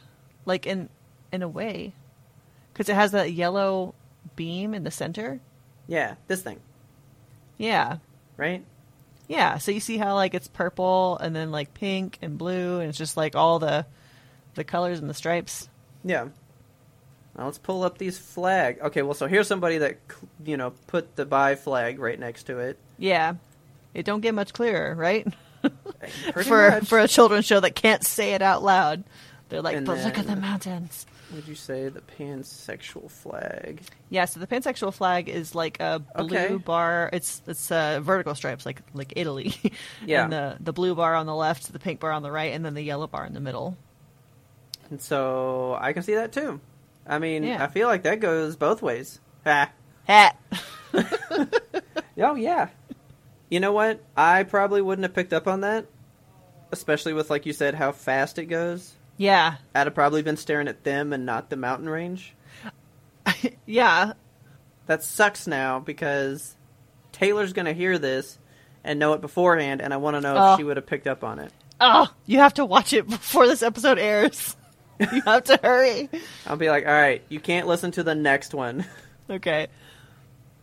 like in in a way, because it has that yellow beam in the center. Yeah, this thing, Yeah, right? yeah. So you see how like it's purple and then like pink and blue, and it's just like all the the colors and the stripes. Yeah. Now let's pull up these flag. Okay, well, so here's somebody that you know put the bi flag right next to it. Yeah, it don't get much clearer, right? Pretty for much. for a children's show that can't say it out loud, they're like, And "But look at the then- mountains." would you say the pansexual flag? Yeah, so the pansexual flag is like a blue Okay. bar. It's it's uh, vertical stripes, like like Italy. (laughs) Yeah. And the the blue bar on the left, the pink bar on the right, and then the yellow bar in the middle. And so I can see that too. I mean, Yeah. I feel like that goes both ways. Ha. Hat. Oh yeah. You know what? I probably wouldn't have picked up on that, especially with like you said how fast it goes. yeah. I'd have probably been staring at them and not the mountain range. Yeah. That sucks now because Taylor's going to hear this and know it beforehand, and I want to know Oh. if she would have picked up on it. Oh, you have to watch it before this episode airs. (laughs) you have to hurry. I'll be like, all right, you can't listen to the next one, (laughs) Okay.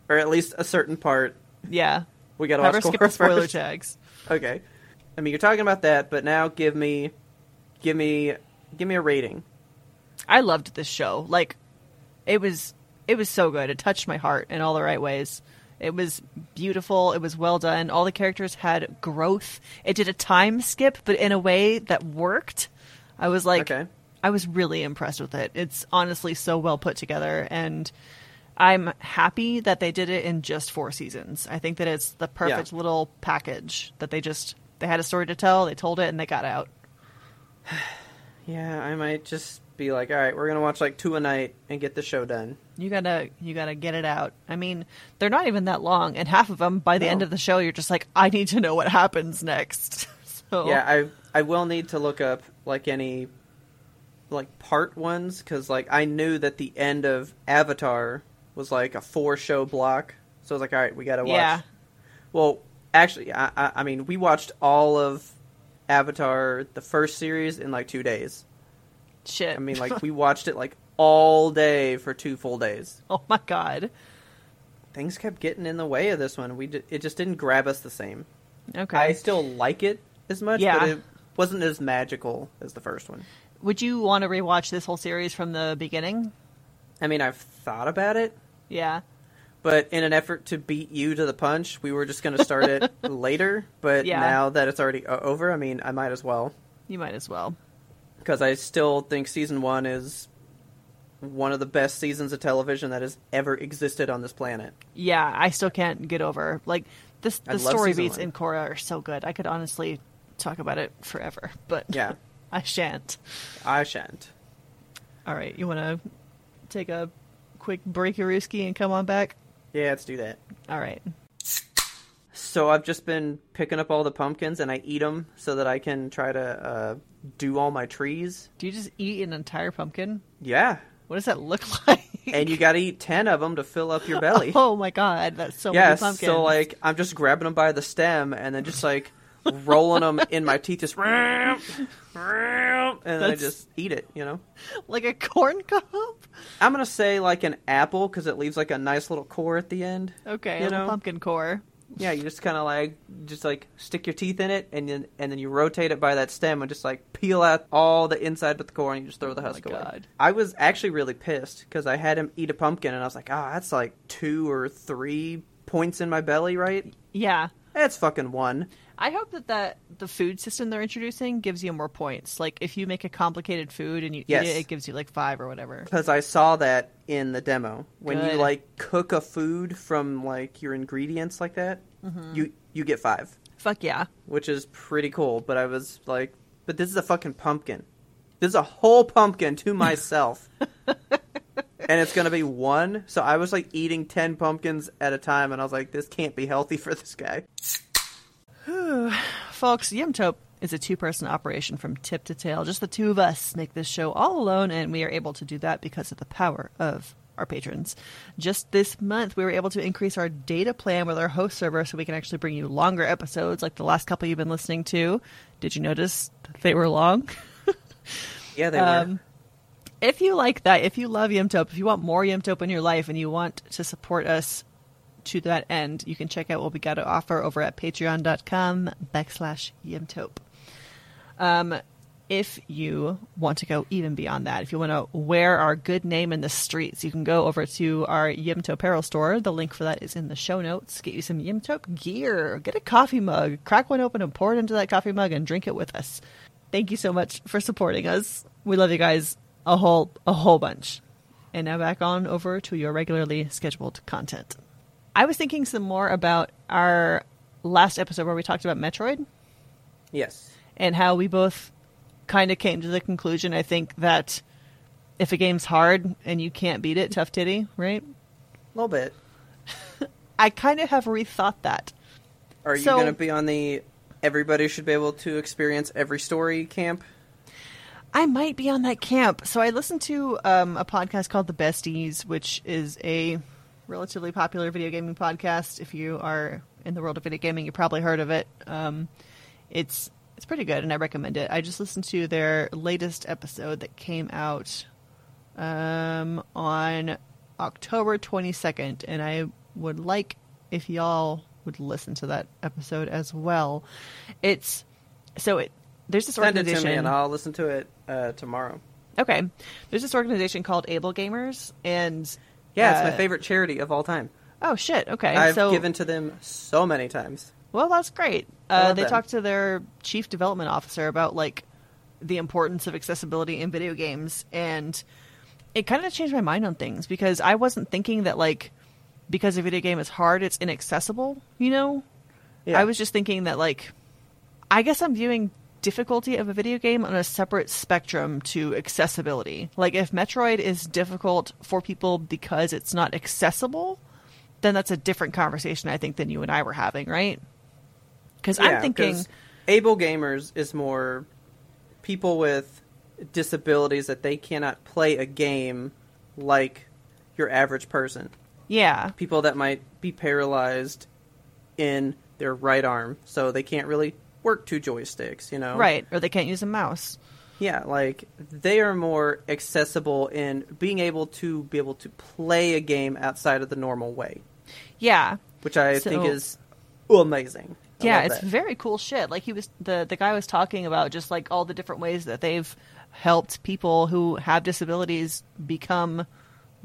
or at least a certain part. Yeah. We got to Have her watch skip Cora the spoiler first. tags. (laughs) Okay, I mean you're talking about that, but now give me, give me, give me a rating. I loved this show. Like it was it was so good. It touched my heart in all the right ways. It was beautiful. It was well done. All the characters had growth. It did a time skip, but in a way that worked. I was like Okay. I was really impressed with it. It's honestly so well put together and I'm happy that they did it in just four seasons. I think that it's the perfect little package that they just they had a story to tell, they told it and they got out. Yeah, I might just be like, all right, we're gonna watch like two a night and get the show done. You gotta, you gotta get it out. I mean, they're not even that long, and half of them by the No. end of the show, you're just like, I need to know what happens next. (laughs) so Yeah, I I will need to look up like any like part ones because like I knew that the end of Avatar was like a four show block, so I was like, all right, we got to watch. yeah, Well, actually, I, I I mean, we watched all of Avatar the first series in like two days. shit. I mean, like we watched it like all day for two full days. (laughs) oh my god. Things kept getting in the way of this one. We d- it just didn't grab us the same. Okay. I still like it as much, Yeah. but it wasn't as magical as the first one. Would you want to rewatch this whole series from the beginning? I mean, I've thought about it, Yeah. but in an effort to beat you to the punch, we were just going to start (laughs) it later. But Yeah. now that it's already o- over, I mean, I might as well You might as well. because I still think season one is one of the best seasons of television that has ever existed on this planet. Yeah, I still can't get over like this. I The love story season beats one. in Korra are so good. I could honestly talk about it forever, (laughs) but Yeah, I shan't. I shan't. All right, you want to take a quick break, Yaruski, and come on back? Yeah, let's do that. All right. So I've just been picking up all the pumpkins and I eat them so that I can try to uh, do all my trees. Do you just eat an entire pumpkin? Yeah, What does that look (laughs) like? and you got to eat ten of them to fill up your belly. (laughs) oh my god, that's so many yes, pumpkins. so like I'm just grabbing them by the stem and then just like rolling them in my teeth, just (laughs) and then I That's- just eat it. You know, (laughs) like a corn cob. I'm gonna say like an apple because it leaves like a nice little core at the end. Okay, a you little know, pumpkin core. Yeah, you just kind of like just like stick your teeth in it, and then and then you rotate it by that stem and just like peel out all the inside but the core, and you just throw the Oh my husk away. God. I was actually really pissed because I had him eat a pumpkin, and I was like, ah, that's like two or three points in my belly, right? Yeah. That's fucking one. I hope that the, the food system they're introducing gives you more points. Like if you make a complicated food and you Yes. eat it, it gives you like five or whatever. because I saw that in the demo. When Good. you like cook a food from like your ingredients like that, Mm-hmm. you you get five, Fuck yeah. which is pretty cool. But I was like, but this is a fucking pumpkin. This is a whole pumpkin (laughs) to myself, and it's gonna be one. So I was like eating ten pumpkins at a time, and I was like, this can't be healthy (laughs) for this guy. Folks, Yumtope is a two person operation from tip to tail. Just the two of us make this show all alone, and we are able to do that because of the power of our patrons. Just this month, we were able to increase our data plan with our host server so we can actually bring you longer episodes like the last couple you've been listening to. Did you notice that they were long? (laughs) Yeah, they were. Um, if you like that, if you love Yumtope, if you want more Yumtope in your life and you want to support us to that end, you can check out what we got to offer over at patreon.com backslash Yumtope. Um, if you want to go even beyond that, if you want to wear our good name in the streets, you can go over to our Yimto apparel store. The link for that is in the show notes. Get you some Yimto gear. Get a coffee mug. Crack one open and pour it into that coffee mug and drink it with us. Thank you so much for supporting us. We love you guys a whole a whole bunch. And now back on over to your regularly scheduled content. I was thinking some more about our last episode where we talked about Metroid Yes. and how we both kind of came to the conclusion I think that if a game's hard and you can't beat it, tough titty, right? A little bit. I kind of have rethought that. Are you So- gonna be on the everybody should be able to experience every story camp? I might be on that camp. So I listened to um, a podcast called The Besties, which is a relatively popular video gaming podcast. If you are in the world of video gaming, you probably heard of it. Um, it's it's pretty good, and I recommend it. I just listened to their latest episode that came out um, on October 22nd, and I would like if y'all would listen to that episode as well. It's so it there's this Send it organization. to me, and I'll listen to it uh, tomorrow. Okay. There's this organization called Able Gamers, and Yeah, it's uh, my favorite charity of all time. Oh shit! Okay, I've so given to them so many times. well, that's great. I Uh, love they them. talked to their chief development officer about like the importance of accessibility in video games, and it kind of changed my mind on things because I wasn't thinking that like because a video game is hard, it's inaccessible. You know, Yeah. I was just thinking that like I guess I'm viewing difficulty of a video game on a separate spectrum to accessibility. Like if Metroid is difficult for people because it's not accessible, then that's a different conversation I think than you and I were having, right? Cuz Yeah, I'm thinking 'cause able gamers is more people with disabilities that they cannot play a game like your average person. yeah. People that might be paralyzed in their right arm, so they can't really work two joysticks. You know, Right, or they can't use a mouse. Yeah, like they are more accessible in being able to be able to play a game outside of the normal way, Yeah. which I think So- is amazing. I yeah, love it's that. very cool shit. Like he was the the guy was talking about just like all the different ways that they've helped people who have disabilities become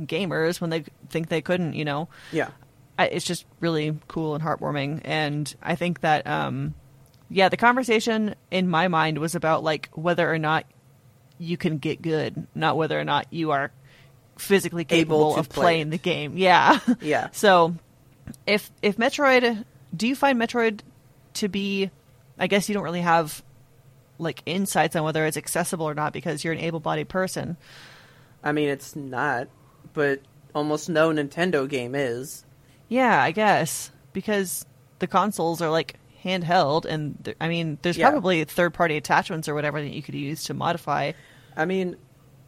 gamers when they think they couldn't, you know. yeah. I, it's just really cool and heartwarming and I think that um yeah, the conversation in my mind was about like whether or not you can get good, not whether or not you are physically capable to of play playing it. the game. Yeah. (laughs) Yeah. So, if if Metroid, do you find Metroid to be? I guess you don't really have like insights on whether it's accessible or not because you're an able-bodied person. I mean, it's not, but almost no Nintendo game is. Yeah, I guess because the consoles are like handheld, and th- I mean, there's Yeah. probably third-party attachments or whatever that you could use to modify. I mean,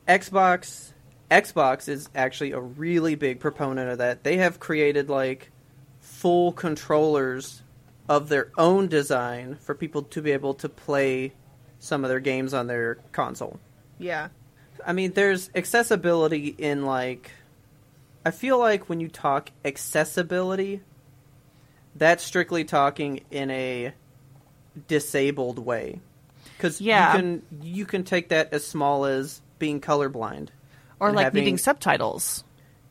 Xbox Xbox is actually a really big proponent of that. They have created like full controllers of their own design for people to be able to play some of their games on their console. Yeah. I mean, there's accessibility in like. I feel like when you talk accessibility, that's strictly talking in a disabled way because Yeah. you can you can take that as small as being colorblind or and like having- needing subtitles.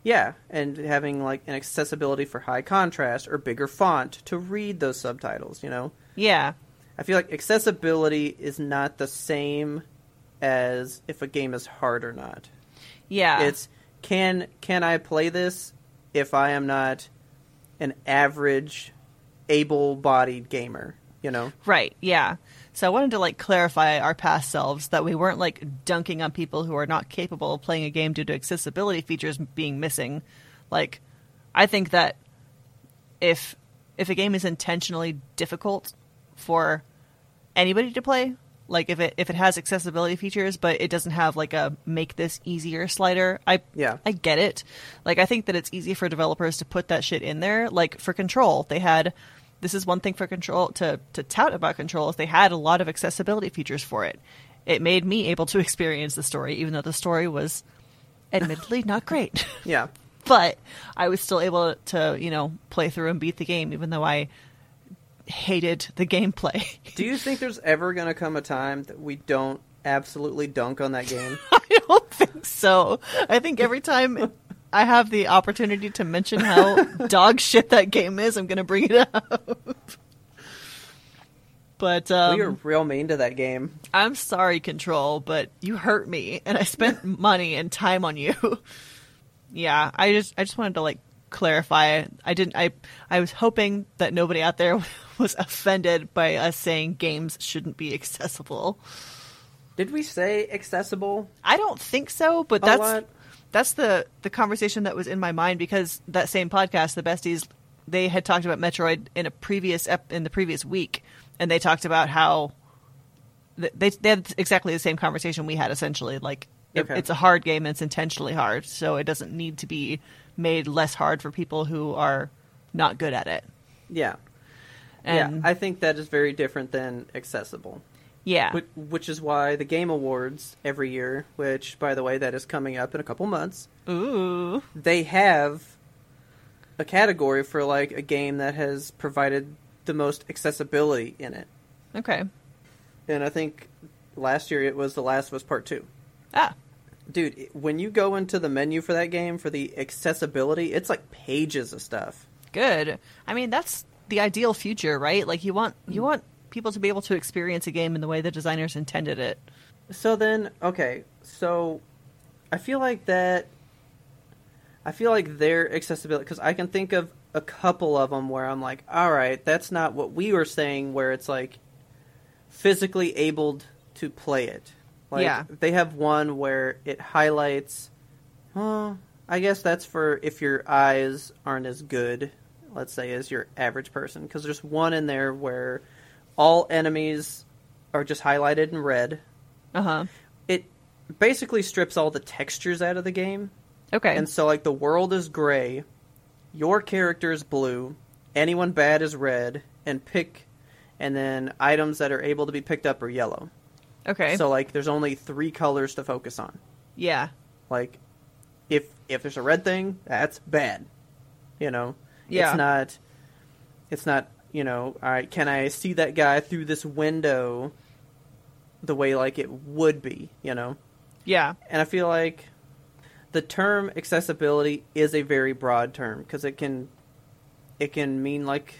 yeah and having like an accessibility for high contrast or bigger font to read those subtitles you know Yeah, i feel like accessibility is not the same as if a game is hard or not yeah. it's can can I play this if I am not an average able-bodied gamer, you know? Right, yeah. So I wanted to like clarify our past selves that we weren't like dunking on people who are not capable of playing a game due to accessibility features being missing. Like I think that if if a game is intentionally difficult for anybody to play, like if it if it has accessibility features but it doesn't have like a make this easier slider, I Yeah. I get it. Like I think that it's easy for developers to put that shit in there. Like for control, they had this is one thing for control to to tout about control is they had a lot of accessibility features for it. It made me able to (laughs) experience the story, even though the story was admittedly not great. (laughs) Yeah. but I was still able to, you know, play through and beat the game, even though I hated the gameplay. (laughs) Do you think there's ever going to come a time that we don't absolutely dunk on that (laughs) game? I don't think so. I think every time I have the opportunity to (laughs) mention how dog shit that game is, I'm going to bring it up. But um, we are real mean to that game. I'm sorry, Control, but you hurt me, and I spent money and time on you. (laughs) yeah, I just I just wanted to like clarify. I didn't. I I was hoping that nobody out there (laughs) was offended by us saying games shouldn't be accessible. Did we say accessible? I don't think so, but that's lot. that's the the conversation that was in my mind because that same podcast, the besties, they had talked about Metroid in a previous ep- in the previous week, and they talked about how th- they they had exactly the same conversation we had essentially like. it- Okay. It's a hard game and it's intentionally hard, so it doesn't need to be made less hard for people who are not good at it. Yeah. And yeah, I think that is very different than accessible. yeah, Which, which is why the Game Awards every year, which by the way that is coming up in a couple months, ooh, they have a category for like a game that has provided the most accessibility in it. okay, And I think last year it was The Last of Us Part 2. ah, Dude, it- when you go into the menu for that game for the accessibility, it's like pages of stuff. good i mean that's the ideal future right like you want you want people to be able to experience a game in the way the designers intended it So then, okay, so I feel like that. I feel like their accessibility because I can think of a couple of them where I'm like, all right, that's not what we were saying. Where it's like physically abled to play it. Like Yeah. they have one where it highlights. Well, I guess that's for if your eyes aren't as good, let's say, as your average person. Because there's one in there where all enemies are just highlighted in red uh-huh it basically strips all the textures out of the game. okay And so like the world is gray, your character is blue, anyone bad is red, and pick and then items that are able to be picked up are yellow. okay So like there's only 3 colors to focus on. yeah Like if if there's a red thing, that's bad. You know. Yeah. It's not it's not, you know, all right, can I see that guy through this window the way like it would be, you know? yeah and I feel like the term accessibility is a very broad term because it can it can mean like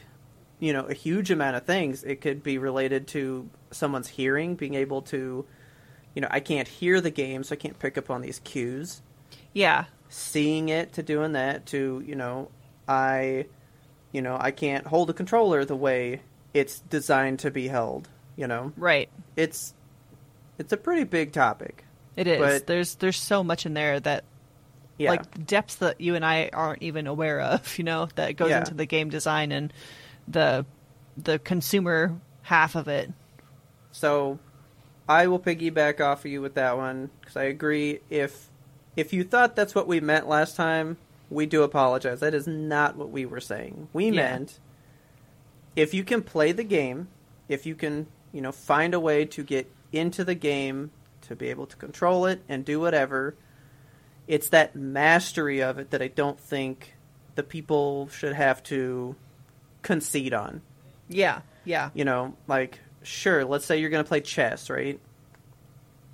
you know a huge amount of things. It could be related to someone's hearing, being able to you know I can't hear the game, so I can't pick up on these cues. yeah Seeing it to doing that to you know I you know I can't hold a controller the way it's designed to be held. You know right it's it's a pretty big topic. it is But- there's there's so much in there that Yeah. like the depths that you and I aren't even aware of, you know, that goes Yeah. into the game design and the the consumer half of it. So I will piggyback off of you with that one because I agree. If if you thought that's what we meant last time, we do apologize. That is not what we were saying. We Yeah. meant if you can play the game, if you can, you know, find a way to get into the game to be able to control it and do whatever. It's that mastery of it that I don't think the people should have to concede on. Yeah. Yeah. You know, like sure, let's say you're going to play chess, right?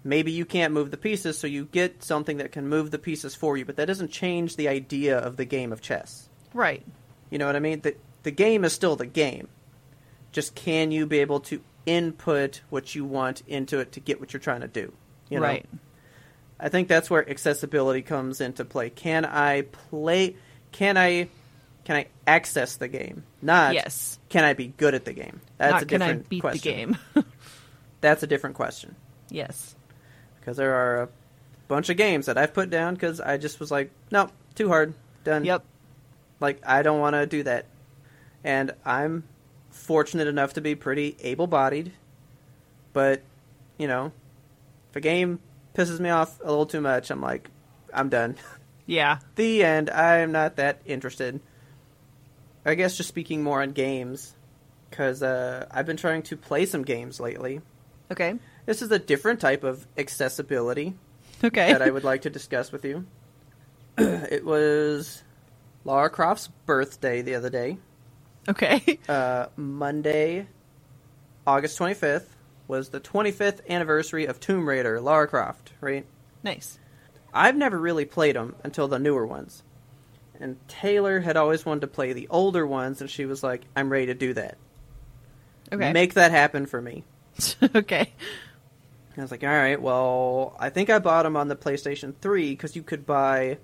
Maybe you can't move the pieces, so you get something that can move the pieces for you, but that doesn't change the idea of the game of chess. Right. You know what I mean? The the game is still the game. Just can you be able to input what you want into it to get what you're trying to do? You know? Right. I think that's where accessibility comes into play. Can I play? Can I? Can I access the game? Not Yes. Can I be good at the game? That's Not a different can I beat question. the game? (laughs) That's a different question yes. because there are a bunch of games that I've put down because I just was like, nope, too hard, done. Yep. Like I don't want to do that, and I'm fortunate enough to be pretty able-bodied, but you know, if a game pisses me off a little too much, I'm like, I'm done. (laughs) Yeah. the end. I'm not that interested. I guess just speaking more on games, because uh, I've been trying to play some games lately. Okay. This is a different type of accessibility Okay. (laughs) that I would like to discuss with you. (clears throat) it was Lara Croft's birthday the other day. okay. Uh, Monday, August 25th, was the 25th anniversary of Tomb Raider, Lara Croft, right? Nice. I've never really played them until the newer ones. And Taylor had always wanted to play the older ones, and she was like, I'm ready to do that. Okay. Make that happen for me. (laughs) okay. And I was like, all right, well, I think I bought them on the PlayStation 3 because you could buy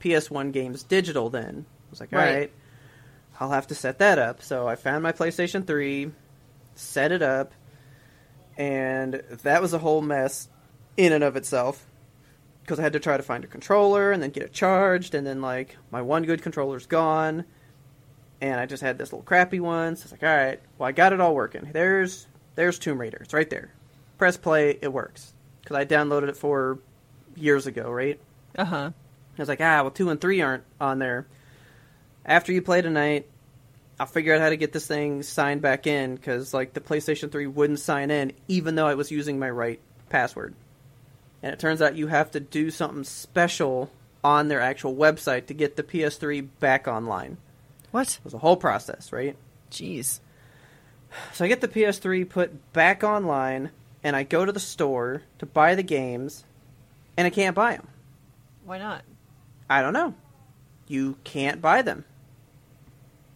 PS1 games digital then. I was like, all Right. right, I'll have to set that up. So I found my PlayStation 3, set it up, and that was a whole mess in and of itself because I had to try to find a controller and then get it charged, and then, like, my one good controller's gone. And I just had this little crappy one. So I was like, all right, well, I got it all working. There's there's Tomb Raider. It's right there. Press play, it works. Because I downloaded it for years ago, right? Uh huh. I was like, ah, well, two and three aren't on there. After you play tonight, I'll figure out how to get this thing signed back in because like the PlayStation Three wouldn't sign in, even though I was using my right password. And it turns out you have to do something special on their actual website to get the PS3 back online. What? It was a whole process, right? Jeez. So I get the PS3 put back online, and I go to the store to buy the games, and I can't buy them. Why not? I don't know. You can't buy them.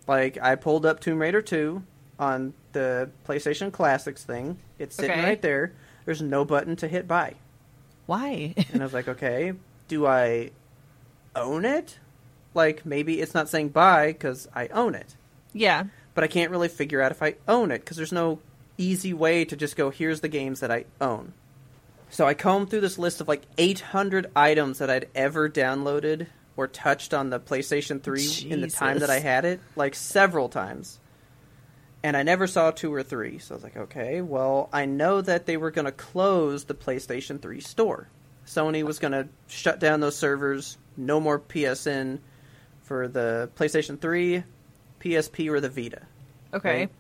Like I pulled up Tomb Raider 2 on the PlayStation Classics thing. It's sitting Okay. right there. There's no button to hit buy. (laughs) Why? And I was like, "Okay, do I own it? Like maybe it's not saying buy cuz I own it, yeah. but I can't really figure out if I own it cuz there's no easy way to just go here's the games that I own." So I combed through this list of like 800 items that I'd ever downloaded or touched on the PlayStation 3 in the time that I Jesus. had it, like several times. And I never saw two or three. So I was like, okay, well, I know that they were going to close the PlayStation 3 store. Sony was going to shut down those servers, no more PSN for the PlayStation 3, PSP, or the Vita Okay. Right.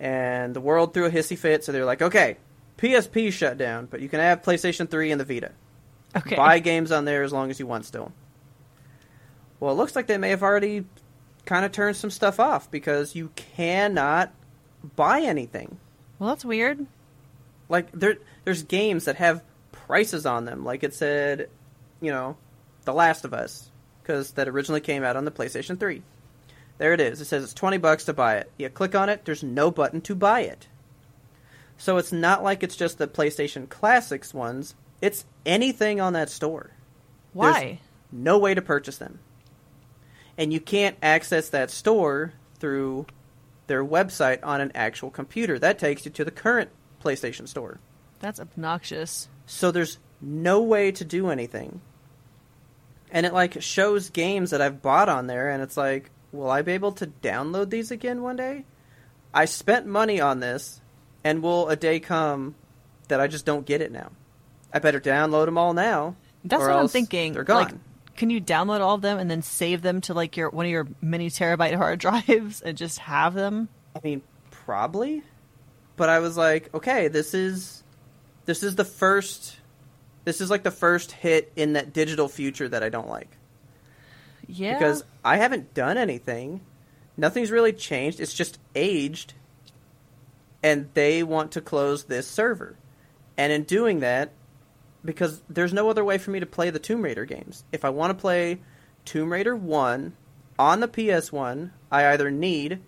and the world threw a hissy fit, so they're like, okay, PSP shut down, but you can have PlayStation 3 and the Vita. Okay. Buy games on there as long as you want still. Well, it looks like they may have already kind of turned some stuff off because you cannot buy anything. Well, that's weird. Like there there's games that have prices on them. Like it said, you know, The Last of Us cuz that originally came out on the PlayStation 3. There it is. It says it's 20 bucks to buy it. You click on it, there's no button to buy it. So it's not like it's just the PlayStation Classics ones. It's anything on that store. There's Why? no way to purchase them. And you can't access that store through their website on an actual computer. That takes you to the current PlayStation store. That's obnoxious. So there's no way to do anything. And it like shows games that I've bought on there and it's like, will I be able to download these again one day? I spent money on this and will a day come that I just don't get it now. I better download them all now. That's or what I'm else thinking. They're gone. Like, can you download all of them and then save them to like your one of your mini terabyte (laughs) hard drives and just have them? I mean, probably. But I was like, okay, this is this is the first this is like the first hit in that digital future that I don't like. Yeah. Because I haven't done anything nothing's really changed. It's just aged, and they want to close this server. And in doing that, because there's no other way for me to play the Tomb Raider games. If I want to play Tomb Raider 1 on the PS1, I either need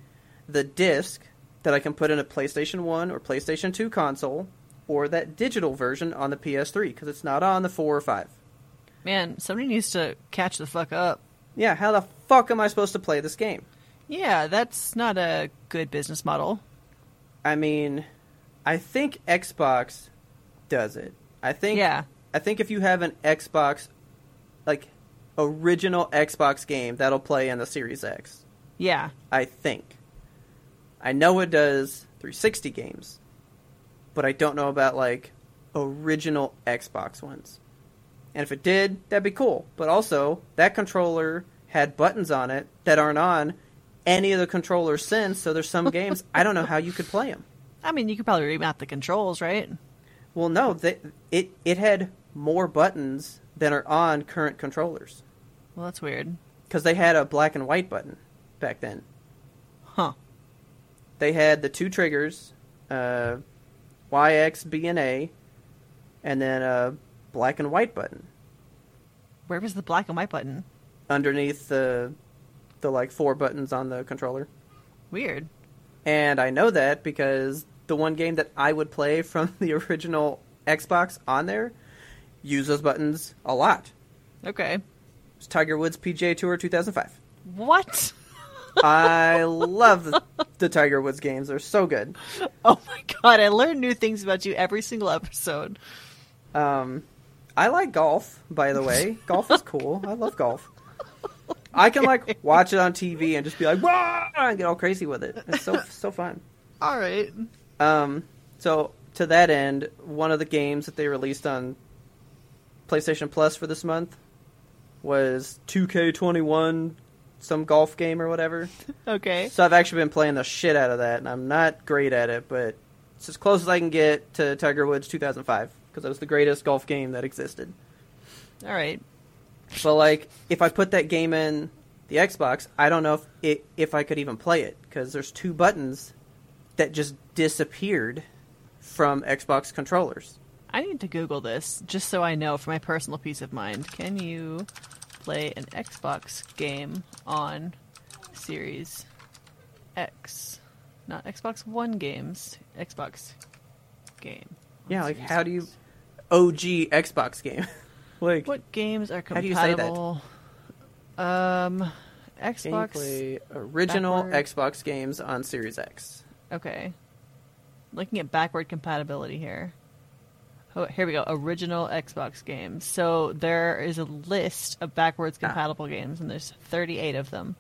the disc that I can put in a PlayStation 1 or PlayStation 2 console, or that digital version on the PS3, because it's not on the 4 or 5. Man, somebody needs to catch the fuck up. Yeah, how the fuck am I supposed to play this game? Yeah, that's not a good business model. I mean, I think Xbox does it. I think Yeah. I think if you have an Xbox like original Xbox game that'll play in the Series X. Yeah. I think. I know it does 360 games, but I don't know about like original Xbox ones. And if it did, that'd be cool. But also, that controller had buttons on it that aren't on any of the controllers since, so there's some games I don't know how you could play them. I mean, you could probably remap the controls, right? Well, no, they, it it had more buttons than are on current controllers Well, that's weird. because they had a black and white button back then. Huh. they had the two triggers, uh, YX, B, and A, and then a black and white button Where was the black and white button? underneath the the like four buttons on the controller. Weird. And I know that because the one game that I would play (laughs) from the original Xbox on there used those buttons a lot. Okay. It's Tiger Woods PGA Tour 2005. What? (laughs) I love the, the Tiger Woods games. They're so good. Oh my god, I learn new things about you every single episode. Um, I like golf, by the way. golf is cool. I love golf. I can like watch it on TV and just be like, "Wah!" and get all crazy with it. It's so so fun. All right. Um, so to that end, one of the games that they released on PlayStation Plus for this month was 2K21, some golf game or whatever. Okay. So I've actually been playing the shit out of that, and I'm not great at it, but it's as close as I can get to Tiger Woods 2005 because that was the greatest golf game that existed. All right. But like, if I put that game in the Xbox, I don't know if it, if I could even play it because there's two buttons that just disappeared from Xbox controllers. I need to Google this just so I know for my personal peace of mind. Can you play an Xbox game on Series X? Not Xbox One games, Xbox game. on Yeah, like Series how do you X. OG Xbox game? (laughs) like, What games are do you say that? compatible? Um, can you Xbox. play original backward. Xbox games on Series X? Okay. Looking at backward compatibility here. Oh, here we go. Original Xbox games. So there is a list of backwards Ah. compatible games, and there's 38 of them.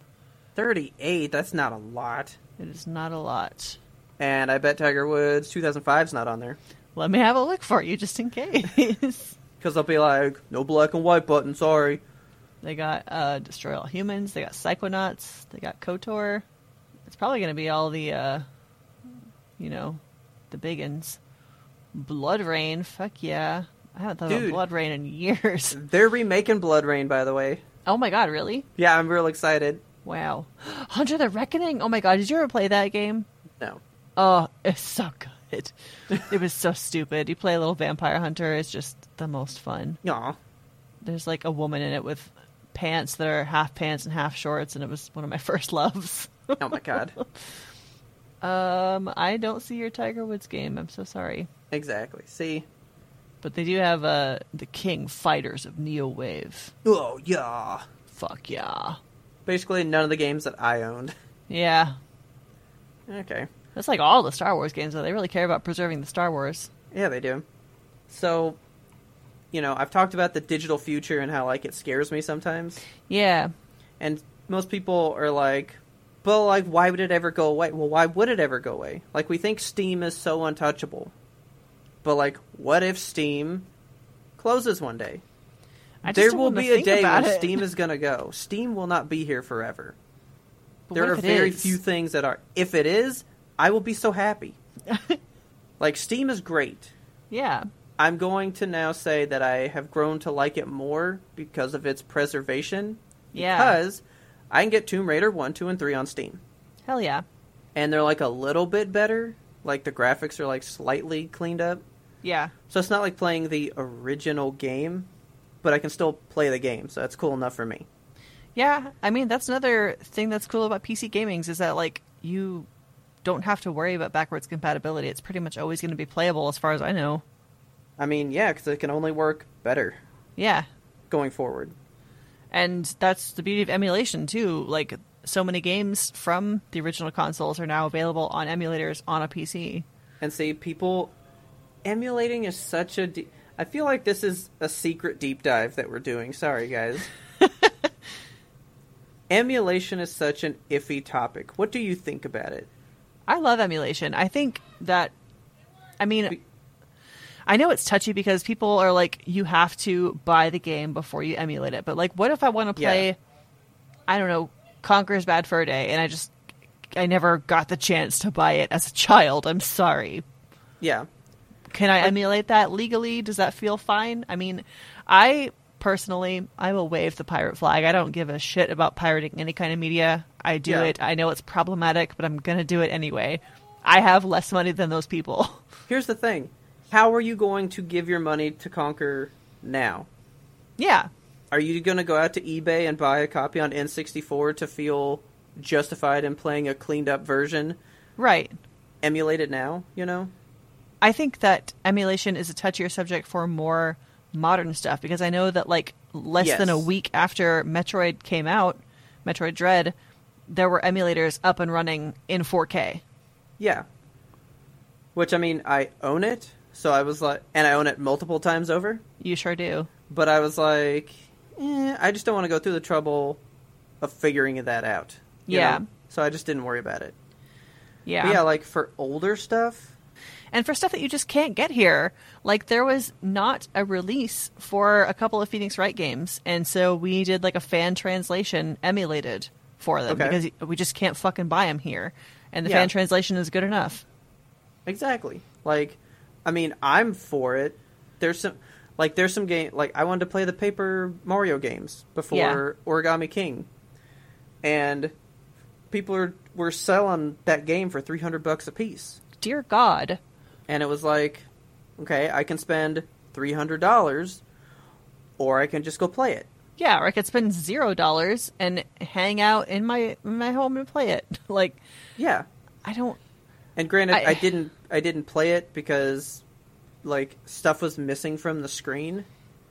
Thirty-eight. That's not a lot. It is not a lot. And I bet Tiger Woods 2005's not on there Let me have a look for you just in case. (laughs) because they'll be like, no black and white button. Sorry. they got uh, Destroy All Humans. They got Psychonauts. They got KOTOR. It's probably going to be all the, uh, you know, the big uns. Blood Rain. Fuck yeah. I haven't thought Dude. about Blood Rain in years. (laughs) They're remaking Blood Rain, by the way. Oh my god, really? Yeah, I'm real excited. Wow. (gasps) Hunter the Reckoning. Oh my god, did you ever play that game? No. Oh, it's so good. it was so stupid. You play a little vampire hunter, it's just the most fun. Aw. There's like a woman in it with pants that are half pants and half shorts and it was one of my (laughs) first loves. Oh my (laughs) god. um, I don't see your Tiger Woods game. I'm so sorry. exactly. See? But they do have uh the King Fighters of Neo Wave. Oh, yeah. Fuck yeah. Basically, none of the games that I owned. Yeah. Okay. That's like all the Star Wars games though. They really care about preserving the Star Wars. Yeah, they do. So, you know, I've talked about the digital future and how, like, it scares me sometimes. Yeah. And most people are like, but, like, why would it ever go away? Well, why would it ever go away? Like, we think Steam is so untouchable. But, like, what if Steam closes one day? I just there don't will wanna be a think day about when it. Steam is going to go. Steam will not be here forever. But there what are if it very is? few things that are. If it is, I will be so (laughs) happy. like Steam is great. Yeah. I'm going to now say that I have grown to like it more because of its preservation. Yeah. Because I can get Tomb Raider one, two, and three on Steam. Hell yeah. and they're like a little bit better. Like the graphics are like slightly cleaned up. Yeah. So it's not like playing the original game, but I can still play the game, so that's cool enough for me. Yeah, I mean that's another thing that's cool about PC gamings is that like you don't have to worry about backwards compatibility. It's pretty much always going to be playable as far as I know. I mean, yeah, because it can only work better Yeah. going forward. And that's the beauty of emulation too. Like so many games from the original consoles are now available on emulators on a PC. And see, people emulating is such a. De- I feel like this is a secret deep dive that we're doing. Sorry, guys. Emulation is such an iffy topic. What do you think about it? I love emulation. I think that I mean I know it's touchy because people are like you have to buy the game before you emulate it. But like what if I want to Yeah. play I don't know Conquer's Bad Fur Day and I just I never got the chance to buy it as a child. I'm sorry. Yeah, Can I emulate that legally? Does that feel fine? I mean, I personally, I will wave the pirate flag. I don't give a shit about pirating any kind of media. I do Yeah. it. I know it's problematic, but I'm going to do it anyway. I have less money than those people. (laughs) Here's the thing. How are you going to give your money to Conquer now? yeah. Are you going to go out to eBay and buy a copy on N64 to feel justified in playing a cleaned up version? Right. Emulate it now, you know? I think that emulation is a touchier subject for more modern stuff because I know that like less Yes. than a week after Metroid came out, Metroid Dread, there were emulators up and running in 4K. Yeah. Which, I mean, I own it, so I was like, and I own it multiple times over, You sure do. but I was like, eh, I just don't want to go through the trouble of figuring that out. you Yeah. know? So I just didn't worry about it. Yeah. But yeah, like for older stuff, and for stuff that you just can't get here. Like there was not a release for a couple of Phoenix Wright games, and so we did like a fan translation emulated for them Okay. because we just can't fucking buy them here, and the Yeah. fan translation is good enough. Exactly. Like, I mean, I'm for it. There's some, like, there's some game. Like, I wanted to play the Paper Mario games before Origami King, and people are, were selling that game for 300 bucks a piece, Dear God, and it was like, okay, I can spend 300 dollars, or I can just go play it. yeah, or I could spend zero dollars and hang out in my in my home and play it. (laughs) Like Yeah. I don't. And granted, I- I didn't, I didn't play it because, like, stuff was missing from the screen.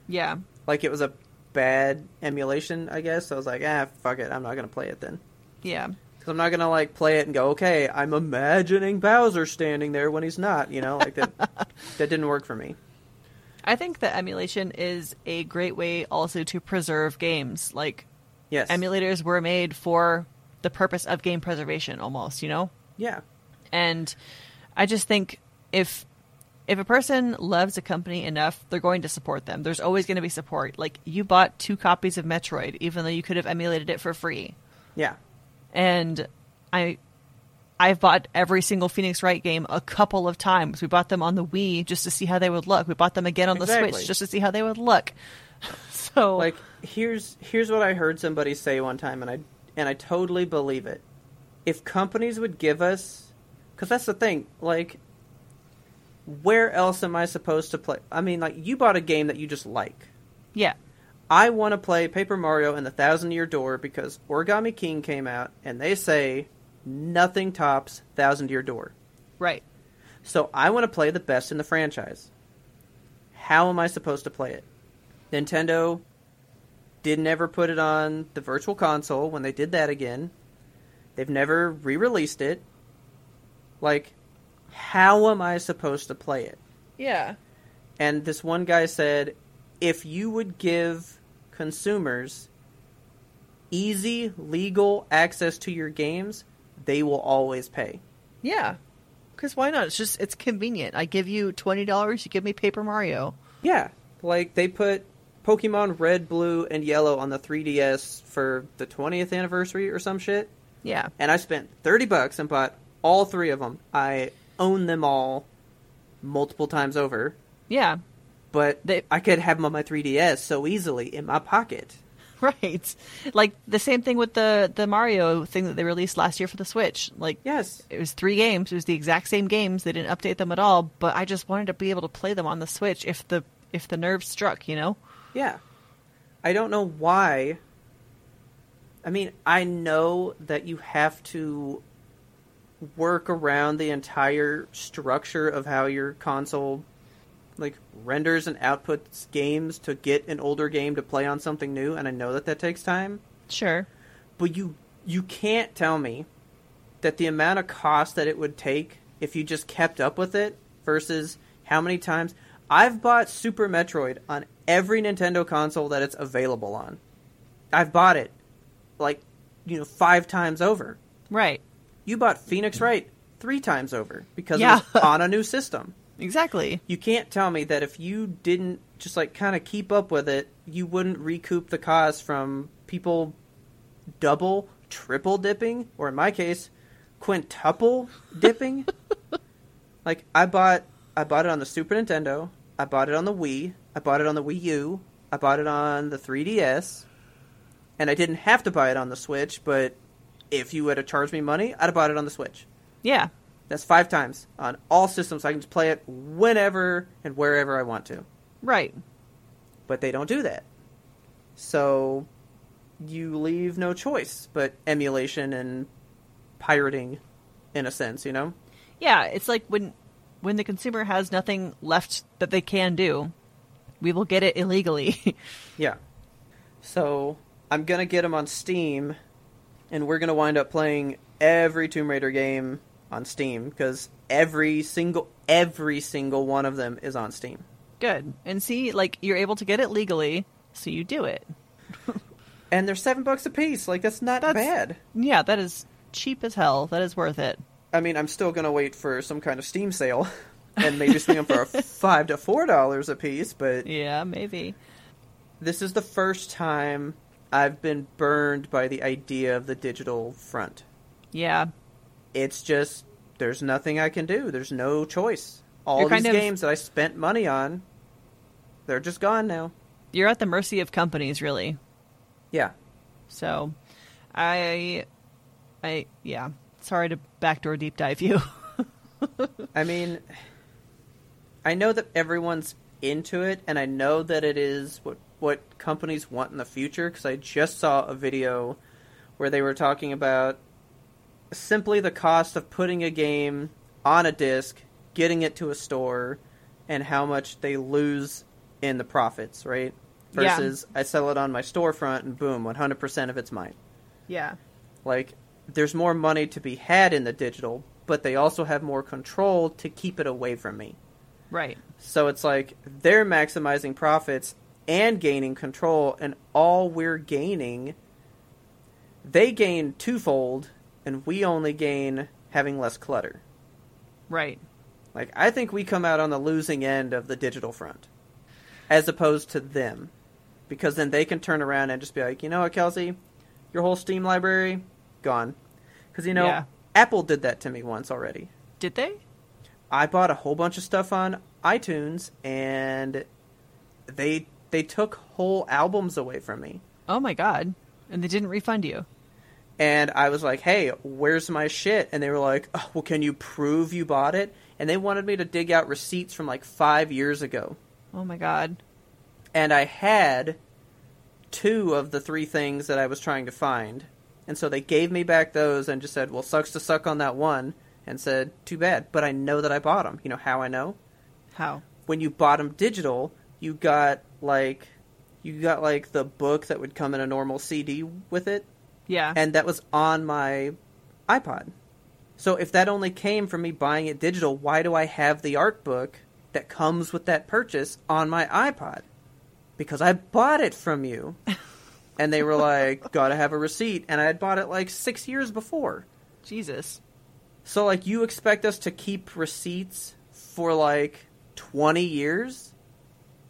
Yeah, like it was a bad emulation, I guess. So I was like, ah, fuck it, I'm not gonna play it then. yeah. Because I'm not gonna like play it and go, okay, I'm imagining Bowser standing there when he's not. You know, like that. that didn't work for me. I think that emulation is a great way also to preserve games. Like Yes. emulators were made for the purpose of game preservation almost you know Yeah. and i just think if if a person loves a company enough they're going to support them there's always going to be support like you bought two copies of metroid even though you could have emulated it for free Yeah. and i i've bought every single phoenix wright game a couple of times we bought them on the wii just to see how they would look we bought them again on the Exactly. switch just to see how they would look (laughs) so Like here's here's what I heard somebody say one time, and I and I totally believe it. If companies would give us, because that's the thing, like. Where else am I supposed to play? I mean, like, you bought a game that you just like. yeah I want to play Paper Mario and the Thousand Year Door because Origami King came out and they say nothing tops Thousand Year Door. right So I want to play the best in the franchise. How am I supposed to play it? Nintendo did never put it on the virtual console when they did that again. They've never re released it. Like, how am I supposed to play it? yeah And this one guy said, if you would give consumers easy, legal access to your games, they will always pay. Yeah. Because why not? It's just, it's convenient. I give you $20, you give me Paper Mario. Yeah. Like, they put Pokemon Red, Blue, and Yellow on the 3DS for the 20th anniversary or some shit. Yeah. And I spent 30 bucks and bought all three of them. I own them all multiple times over. Yeah. (laughs) But They- I could have them on my 3DS so easily in my pocket. right. Like the same thing with the the Mario thing that they released last year for the Switch. Like Yes. it was three games. It was the exact same games. They didn't update them at all. But I just wanted to be able to play them on the Switch if the if the nerve struck, you know. Yeah. I don't know why. I mean, I know that you have to work around the entire structure of how your console like renders and outputs games to get an older game to play on something new and I know that that takes time, Sure. but you you can't tell me that the amount of cost that it would take if you just kept up with it versus how many times I've bought Super Metroid on every Nintendo console that it's available on. I've bought it like you know 5 times over. Right. You bought Phoenix Wright 3 times over because Yeah. it was on a new system. Exactly. You can't tell me that if you didn't just like kind of keep up with it, you wouldn't recoup the cost from people double, triple dipping, or in my case, quintuple dipping. like I bought I bought it on the Super Nintendo, I bought it on the Wii, I bought it on the Wii U, I bought it on the 3DS, and I didn't have to buy it on the Switch, but if you had to charge me money, I'd have bought it on the Switch. Yeah. That's five times on all systems. I can just play it whenever and wherever I want to. Right. But they don't do that. So you leave no choice but emulation and pirating, in a sense, you know? Yeah, it's like when when the consumer has nothing left that they can do, we will get it illegally. (laughs) Yeah. So I'm going to get them on Steam, and we're going to wind up playing every Tomb Raider game on Steam because every single every single one of them is on Steam. Good. And see, like you're able to get it legally, so you do it. And they're 7 bucks a piece. Like that's not That's- bad. Yeah, that is cheap as hell. That is worth it. I mean, I'm still gonna wait for some kind of Steam sale, (laughs) and maybe swing them (laughs) for a five to four dollars a piece. But Yeah, maybe. this is the first time I've been burned by the idea of the digital front. Yeah. It's just there's nothing I can do. There's no choice. All You're these kind of- games that I spent money on, they're just gone now. You're at the mercy of companies really. Yeah, So I I yeah. Sorry to backdoor deep dive you. (laughs) I mean, I know that everyone's into it, and I know that it is what what companies want in the future. Because I just saw a video where they were talking about simply the cost of putting a game on a disc, getting it to a store, and how much they lose in the profits, right? Yeah. Versus I sell it on my storefront, and boom, one hundred percent of it's mine yeah. like there's more money to be had in the digital but they also have more control to keep it away from me Right. so it's like they're maximizing profits and gaining control and all we're gaining they gain twofold and we only gain having less clutter Right. like i think we come out on the losing end of the digital front as opposed to them because then they can turn around and just be like you know what kelsey your whole steam library gone because you know Yeah. apple did that to me once already Did they? i bought a whole bunch of stuff on itunes and they they took whole albums away from me Oh my god. And they didn't refund you. and I was like, "Hey, where's my shit?" And they were like, oh, "Well, can you prove you bought it?" And they wanted me to dig out receipts from like five years ago, Oh my god. and I had two of the three things that I was trying to find, and so they gave me back those and just said, "Well, sucks to suck on that one," and said, "Too bad," but I know that I bought them. You know how I know? How? when you bought them digital, you got like you got like the book that would come in a normal CD with it Yeah. and that was on my iPod. So if that only came from me buying it digital, why do I have the art book that comes with that purchase on my iPod? Because I bought it from you. and they were like, "Got to have a receipt." And I had bought it like 6 years before. Jesus. So like you expect us to keep receipts for like 20 years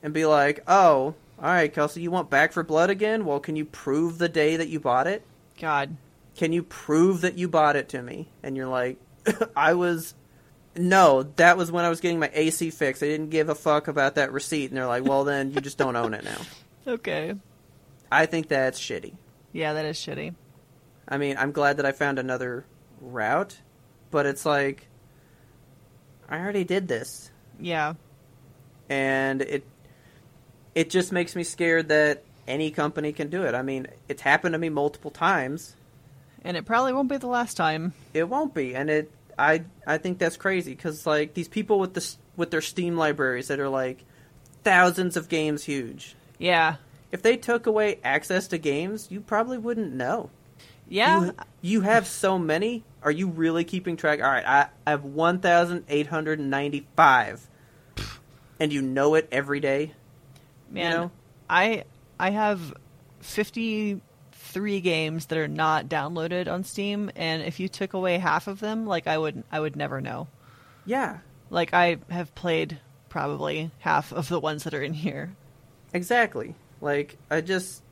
and be like, "Oh, all right, Kelsey, you want Back for Blood again? Well, can you prove the day that you bought it?" God. can you prove that you bought it to me? And you're like, (laughs) I was, no, that was when I was getting my AC fixed. I didn't give a fuck about that receipt. And they're like, well, then you just don't own it now. Okay. I think that's shitty. Yeah, that is shitty. I mean, I'm glad that I found another route, but it's like I already did this, Yeah. and it it just makes me scared that any company can do it. I mean, it's happened to me multiple times. And it probably won't be the last time. It won't be, and it I I think that's crazy because like these people with this with their Steam libraries that are like thousands of games huge. Yeah. If they took away access to games, you probably wouldn't know. Yeah. You, you have so many. Are you really keeping track? All right, I, I have 1,895. And you know it every day? Man, know? I I have 53 games that are not downloaded on Steam and if you took away half of them, like I would I would never know. Yeah, Like I have played probably half of the ones that are in here. exactly. Like, I just.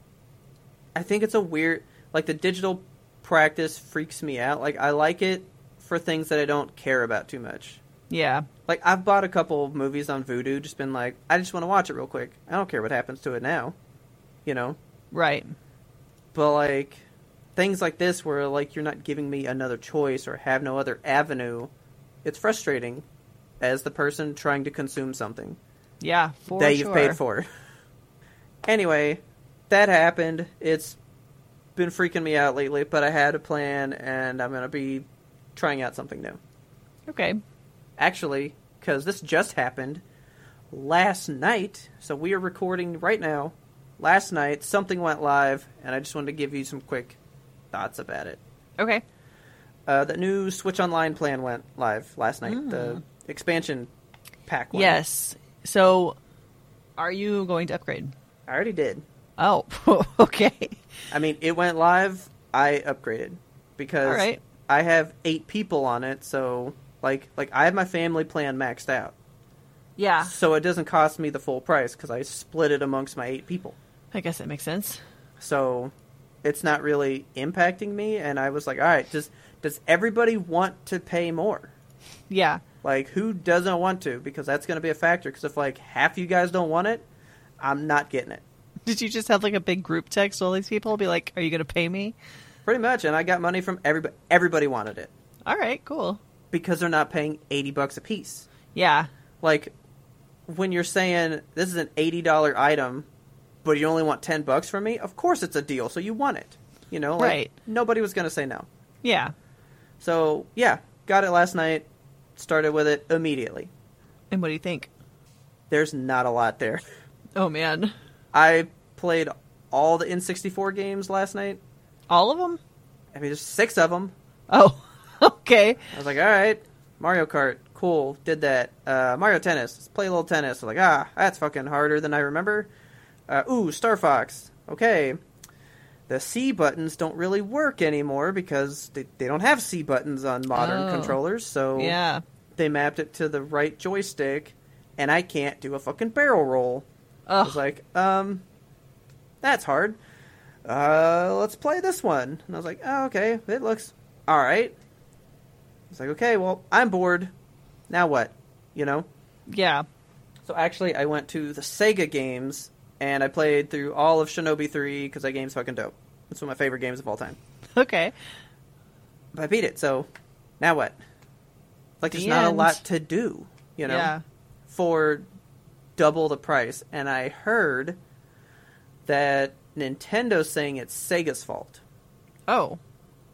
I think it's a weird. Like, the digital practice freaks me out. Like, I like it for things that I don't care about too much. Yeah. Like, I've bought a couple of movies on Vudu, just been like, I just want to watch it real quick. I don't care what happens to it now. You know? Right. but like things like this where like you're not giving me another choice or have no other avenue it's frustrating as the person trying to consume something Yeah, for that you've sure. paid for anyway that happened it's been freaking me out lately but i had a plan and i'm gonna be trying out something new Okay. actually because this just happened last night so we are recording right now last night something went live and i just wanted to give you some quick thoughts about it Okay. uh, the new switch online plan went live last night the expansion pack one. Hmm. Yes. So are you going to upgrade? i already did Oh, (laughs) okay. i mean it went live i upgraded because All right. i have eight people on it so like like i have my family plan maxed out Yeah. so it doesn't cost me the full price because i split it amongst my eight people I guess that makes sense. so it's not really impacting me and i was like all right does does everybody want to pay more Yeah. like who doesn't want to because that's going to be a factor because if like half you guys don't want it i'm not getting it Did you just have like a big group text all these people be like, "Are you going to pay me?" pretty much and i got money from everybody everybody wanted it All right, cool. because they're not paying 80 bucks a piece Yeah. like when you're saying this is an $80 item but you only want 10 bucks from me of course it's a deal so you want it you know like, Right. nobody was going to say no Yeah. So yeah, got it last night. Started with it immediately. And what do you think? There's not a lot there. Oh man. I played all the N64 games last night. All of them? I mean, there's six of them. Oh. (laughs) okay. I was like, all right, Mario Kart, cool, did that. Uh, Mario Tennis, let's play a little tennis. I'm like, ah, that's fucking harder than I remember. Uh, ooh, Star Fox, okay. The C buttons don't really work anymore because they, they don't have C buttons on modern Oh. controllers, so Yeah. they mapped it to the right joystick, and I can't do a fucking barrel roll. I Ugh. was like, um, that's hard. Uh, let's play this one. And I was like, oh, okay, it looks all right. I was like, okay, well, I'm bored. Now what? You know? yeah. So actually, I went to the Sega games and I played through all of Shinobi 3 because that game's fucking dope. It's one of my favorite games of all time. Okay. But I beat it, so now what? Like, The there's not a end. lot to do, you know? Yeah. for double the price. And I heard that Nintendo's saying it's Sega's fault. Oh.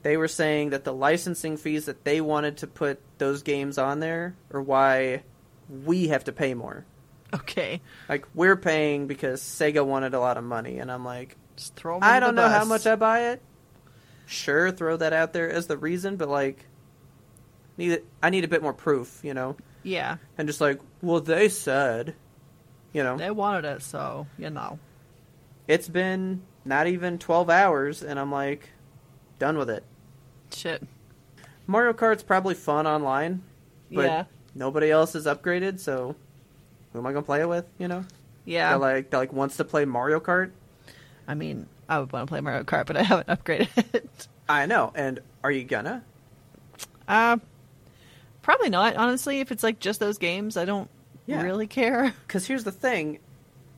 They were saying that the licensing fees that they wanted to put those games on there are why we have to pay more. Okay. Like we're paying because Sega wanted a lot of money, and I'm like, Just throw 'em I under don't the know how bus. much I buy it. Sure, throw that out there as the reason, but like, need I need a bit more proof, you know? Yeah. And just like, well, they said, you know, They wanted it, so, you know. it's been not even 12 hours and i'm like done with it Shit. mario kart's probably fun online but Yeah. nobody else is upgraded so who am i going to play it with you know Yeah. that like that like wants to play mario kart I mean, I would want to play Mario Kart, but I haven't upgraded it. i know and are you gonna Uh, probably not. Honestly, if it's like just those games, I don't Yeah. really care. because here's the thing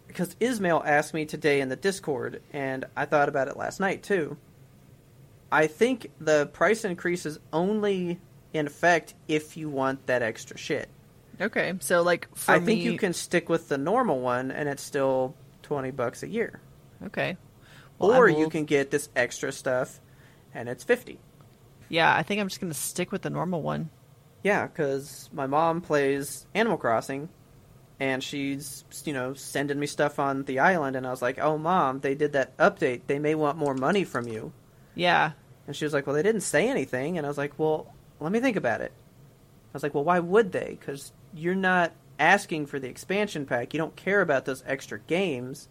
because Ismail asked me today in the Discord, and I thought about it last night too. I think the price increase is only in effect if you want that extra shit. Okay, so like for I think you me- can stick with the normal one, and it's still twenty bucks a year, Okay. Well, I or you will- can get this extra stuff, and it's fifty. Yeah, I think I'm just gonna stick with the normal one. Yeah, because my mom plays Animal Crossing, and she's you know sending me stuff on the island, and I was like, "Oh, mom, they did that update. They may want more money from you." Yeah. And she was like, "Well, they didn't say anything." And I was like, "Well, let me think about it." I was like, "Well, why would they? Because you're not asking for the expansion pack. You don't care about those extra games.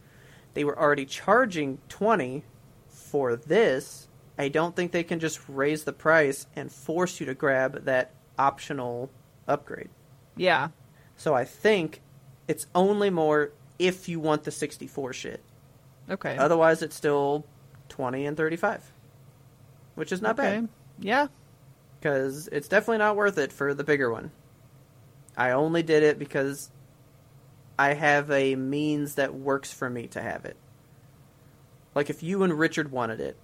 They were already charging twenty for this. I don't think they can just raise the price and force you to grab that optional upgrade. Yeah. So I think it's only more if you want the sixty four shit. Okay. Otherwise, it's still twenty and thirty five, which is not bad." Okay. Yeah. because it's definitely not worth it for the bigger one. I only did it because I have a means that works for me to have it. Like if you and Richard wanted it,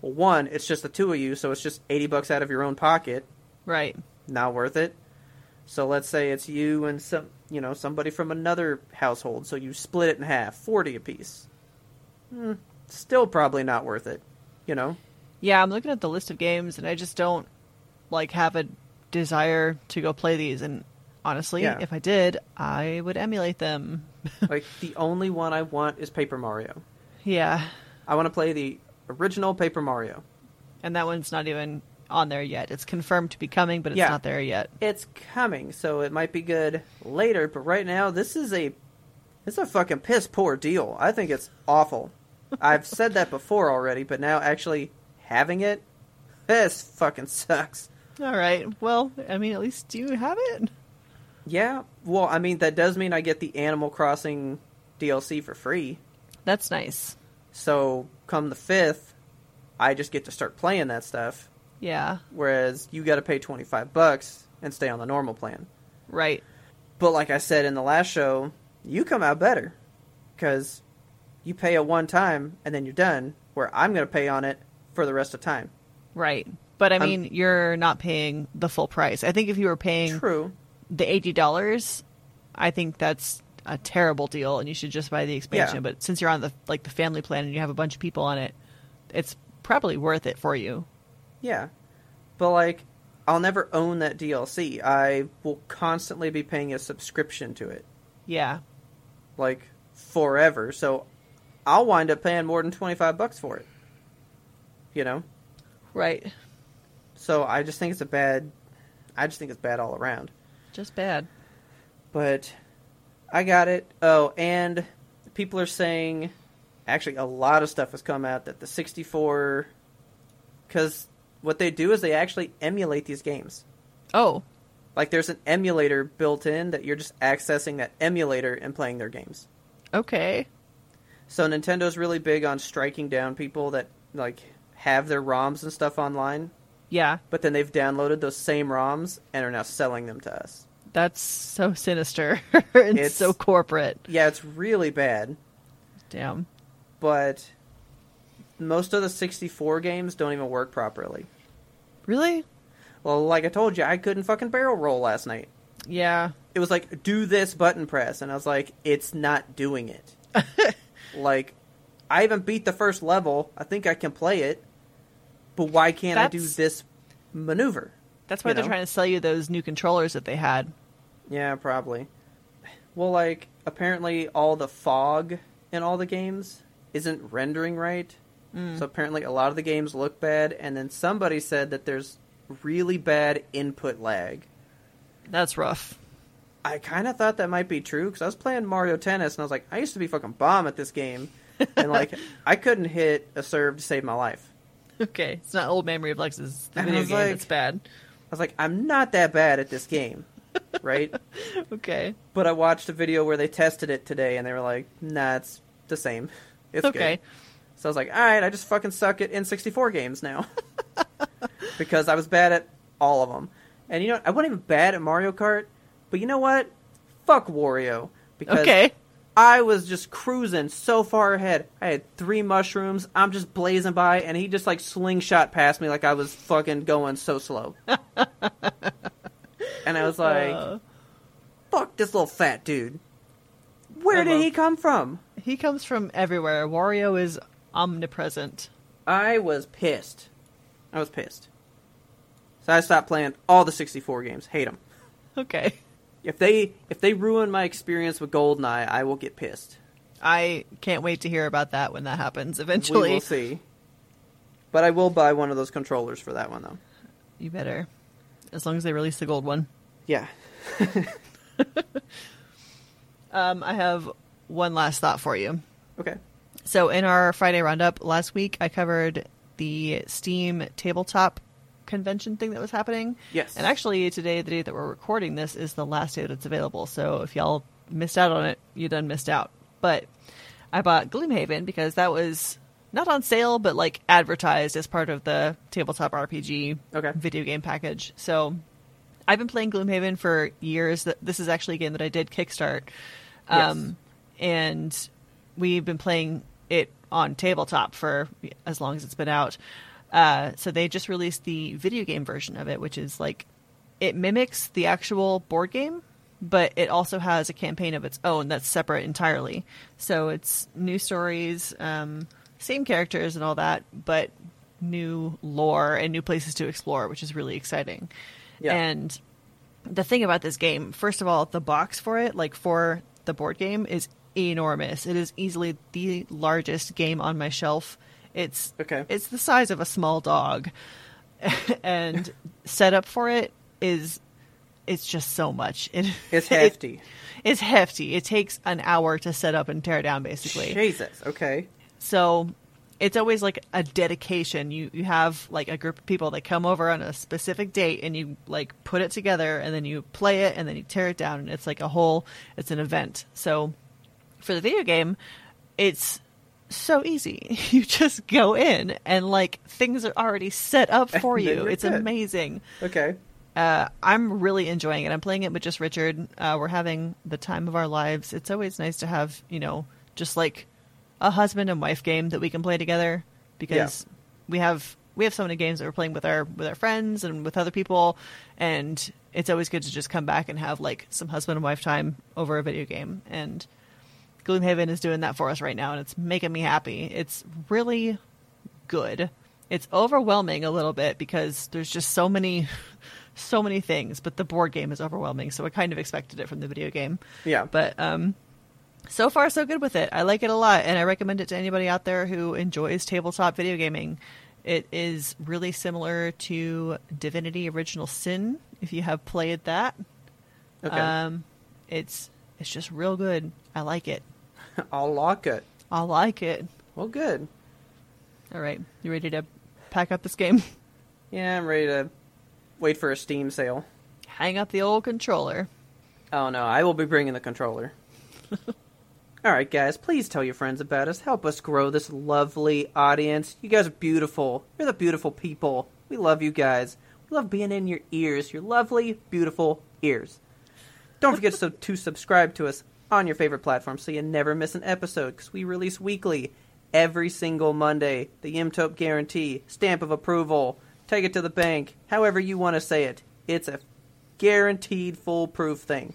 well, one, it's just the two of you, so it's just eighty bucks out of your own pocket. Right. Not worth it. So let's say it's you and some, you know, somebody from another household. So you split it in half, forty apiece. Hmm, still probably not worth it. You know. Yeah, I'm looking at the list of games and I just don't like have a desire to go play these and honestly, Yeah. if I did, I would emulate them. (laughs) like the only one I want is Paper Mario. yeah. I want to play the original Paper Mario. And that one's not even on there yet. It's confirmed to be coming, but it's Yeah. not there yet. It's coming, so it might be good later, but right now this is a it's a fucking piss poor deal. I think it's awful. I've said that before already, but now actually having it this fucking sucks. All right. Well, I mean, at least you have it. Yeah, well, I mean that does mean I get the Animal Crossing DLC for free. That's nice. So come the 5th, I just get to start playing that stuff. Yeah. whereas you got to pay 25 bucks and stay on the normal plan. Right. But like I said in the last show, you come out better cuz you pay it one time and then you're done, where I'm going to pay on it for the rest of time. Right. But I I'm- mean, you're not paying the full price. I think if you were paying True. the eighty dollars, I think that's a terrible deal, and you should just buy the expansion. Yeah. But since you're on the like the family plan and you have a bunch of people on it, it's probably worth it for you. Yeah. But like I'll never own that DLC. I will constantly be paying a subscription to it Yeah, like forever. So I'll wind up paying more than 25 bucks for it. You know? right. So I just think it's a bad I just think it's bad all around. Just bad. but I got it. Oh, and people are saying actually a lot of stuff has come out that the 64 cuz what they do is they actually emulate these games. Oh, Like there's an emulator built in that you're just accessing that emulator and playing their games. okay. So Nintendo's really big on striking down people that like have their ROMs and stuff online, Yeah, but then they've downloaded those same ROMs and are now selling them to us. that's so sinister (laughs) and It's- so corporate. Yeah, it's really bad. Damn. but most of the 64 games don't even work properly. Really? Well, like I told you, I couldn't fucking barrel roll last night. Yeah. It was like, do this button press. And I was like, it's not doing it. like, I haven't beat the first level. I think I can play it. But why can't I do That's- this maneuver? That's why You they're know? trying to sell you those new controllers that they had. Yeah, probably. Well, like, apparently all the fog in all the games isn't rendering right. So apparently a lot of the games look bad, and then somebody said that there's really bad input lag. That's rough. (laughs) I kind of thought that might be true because I was playing Mario Tennis and I was like, I used to be fucking bomb at this game, and like I couldn't hit a serve to save my life. Okay, it's not old man reflexes. It's the And I video was game. like- that's bad. (laughs) I was like, I'm not that bad at this game, right? Okay. But I watched a video where they tested it today, and they were like, "Nah, it's the same. (laughs) It's okay. Good. So I was like, "All right, I just fucking suck at N64 games now," (laughs) because I was bad at all of them. And you know, I wasn't even bad at Mario Kart, but you know what? Fuck Wario because Okay. I was just cruising so far ahead. I had three mushrooms. I'm just blazing by, and he just like slingshot past me like I was fucking going so (laughs) slow. and I was like, Uh, "Fuck this little fat dude. Where I did love- he come from?" he comes from everywhere. Wario is omnipresent. I was pissed. I was pissed. So I stopped playing all the 64 games. Hate them. Okay. If they if they ruin my experience with Goldeneye, I will get pissed. I can't wait to hear about that when that happens We eventually. will see. But I will buy one of those controllers for that one though. You better. As long as they release the gold one. Yeah. Um, I have one last thought for you. Okay. So, in our Friday roundup last week, I covered the Steam tabletop convention thing that was happening. Yes. And actually, today, the day that we're recording this, is the last day that it's available. So, if y'all missed out on it, you done missed out. But I bought Gloomhaven because that was not on sale, but like advertised as part of the tabletop RPG Okay. video game package. So, I've been playing Gloomhaven for years. Th- This is actually a game that I did kickstart. Um, And we've been playing it on tabletop for as long as it's been out. Uh, so they just released the video game version of it, which is like it mimics the actual board game, but it also has a campaign of its own that's separate entirely. So it's new stories, um, same characters and all that, but new lore and new places to explore, which is really exciting. Yeah. And the thing about this game, first of all, the box for it, like for the board game, is enormous. It is easily the largest game on my shelf. It's Okay. It's the size of a small dog, (laughs) and setup for it is it's just so much. It, (laughs) It's (laughs) it- hefty. it's hefty. It takes an hour to set up and tear down, basically. Jesus. Okay. So it's always like a dedication. You you have like a group of people that come over on a specific date and you like put it together and then you play it and then you tear it down and it's like a whole it's an event. So for the video game, it's so easy. (laughs) You just go in and like things are already set up for And then you. you're It's good. amazing Okay. uh, I'm really enjoying it. I'm playing it with just Richard. Uh, we're having the time of our lives. It's always nice to have, you know, just like a husband and wife game that we can play together because we have we have so many games that we're playing with our with our friends and with other people, and it's always good to just come back and have like some husband and wife time over a video game. And Gloomhaven is doing that for us right now, and it's making me happy. It's really good. It's overwhelming a little bit because there's just so many, (laughs) so many things. But the board game is overwhelming, so I kind of expected it from the video game. Yeah. But um, so far so good with it. I like it a lot, and I recommend it to anybody out there who enjoys tabletop video gaming. It is really similar to Divinity: Original Sin. If you have played that, Okay. um, it's it's just real good. I like it. (laughs) I'll lock it. I like it. Well, good. All right, you ready to pack up this game? (laughs) Yeah, I'm ready to wait for a Steam sale. Hang up the old controller. Oh no, I will be bringing the controller. All right, guys, please tell your friends about us. Help us grow this lovely audience. You guys are beautiful. You're the beautiful people. We love you guys. We love being in your ears, your lovely, beautiful ears. Don't forget so, to subscribe to us on your favorite platform so you never miss an episode because we release weekly every single Monday. The Imtope guarantee, stamp of approval, take it to the bank, however you want to say it. It's a guaranteed foolproof thing.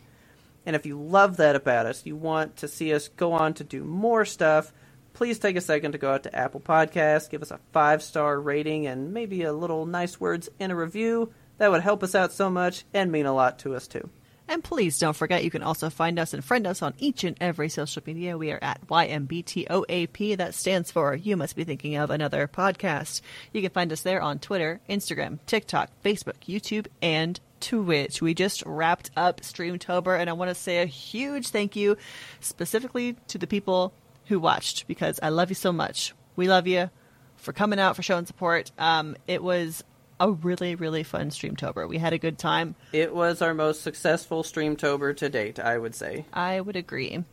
And if you love that about us, you want to see us go on to do more stuff, please take a second to go out to Apple Podcasts, give us a five star rating, and maybe a little nice words in a review. That would help us out so much and mean a lot to us, too. And please don't forget you can also find us and friend us on each and every social media. We are at YMBTOAP. That stands for You Must Be Thinking of Another Podcast. You can find us there on Twitter, Instagram, TikTok, Facebook, YouTube, and Twitch. We just wrapped up Streamtober, and I want to say a huge thank you specifically to the people who watched because I love you so much. We love you for coming out, for showing support. Um, it was a really, really fun Streamtober. We had a good time. It was our most successful Streamtober to date, I would say. I would agree.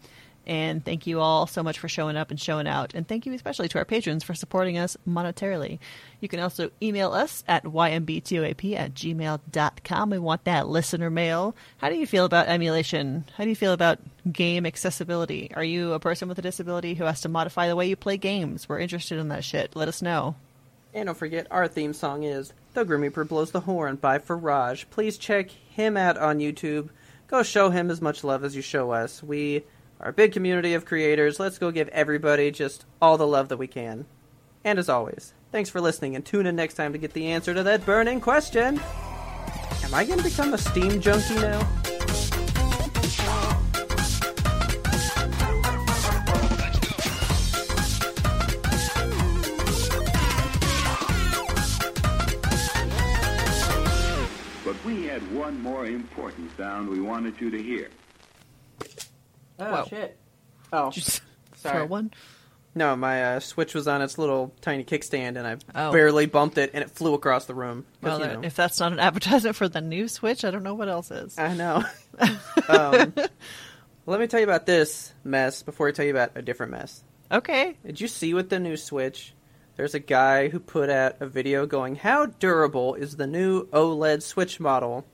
And thank you all so much for showing up and showing out. And thank you especially to our patrons for supporting us monetarily. You can also email us at ymbtoap at gmail.com. We want that listener mail. How do you feel about emulation? How do you feel about game accessibility? Are you a person with a disability who has to modify the way you play games? We're interested in that shit. Let us know. (laughs) And don't forget, our theme song is The Grim Reaper Blows the Horn by Faraj. Please check him out on YouTube. Go show him as much love as you show us. We are a big community of creators. Let's go give everybody just all the love that we can. And as always, thanks for listening and tune in next time to get the answer to that burning question. Am I going to become a Steam junkie now? But we had one more important sound we wanted you to hear. Oh, Whoa. shit. Oh, Just Sorry. throw one. no, my uh, Switch was on its little tiny kickstand and I Oh. barely bumped it and it flew across the room. 'Cause, Well, you that- know. Uh, if that's not an (laughs) advertisement for the new Switch, I don't know what else is. I (laughs) know. um, let me tell you about this mess before I tell you about a different mess. Okay. Did you see with the new Switch? There's a guy who put out a video going, How durable is the new OLED Switch model?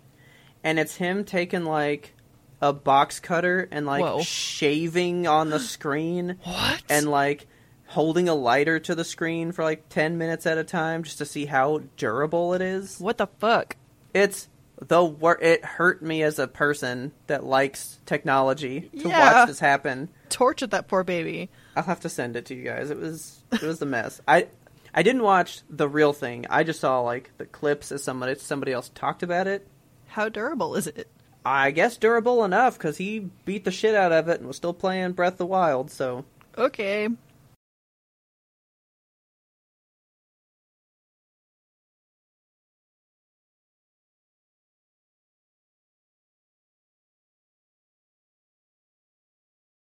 And it's him taking like a box cutter and like Whoa. shaving on the screen. (gasps) What? And like holding a lighter to the screen for like 10 minutes at a time just to see how durable it is. What the fuck? It's the wor- it hurt me as a person that likes technology to Yeah. watch this happen. Tortured that poor baby. I'll have to send it to you guys. It was it was a mess. I I didn't watch the real thing. I just saw like the clips as somebody somebody else talked about it. How durable is it? I guess durable enough because he beat the shit out of it and was still playing Breath of the Wild. So Okay.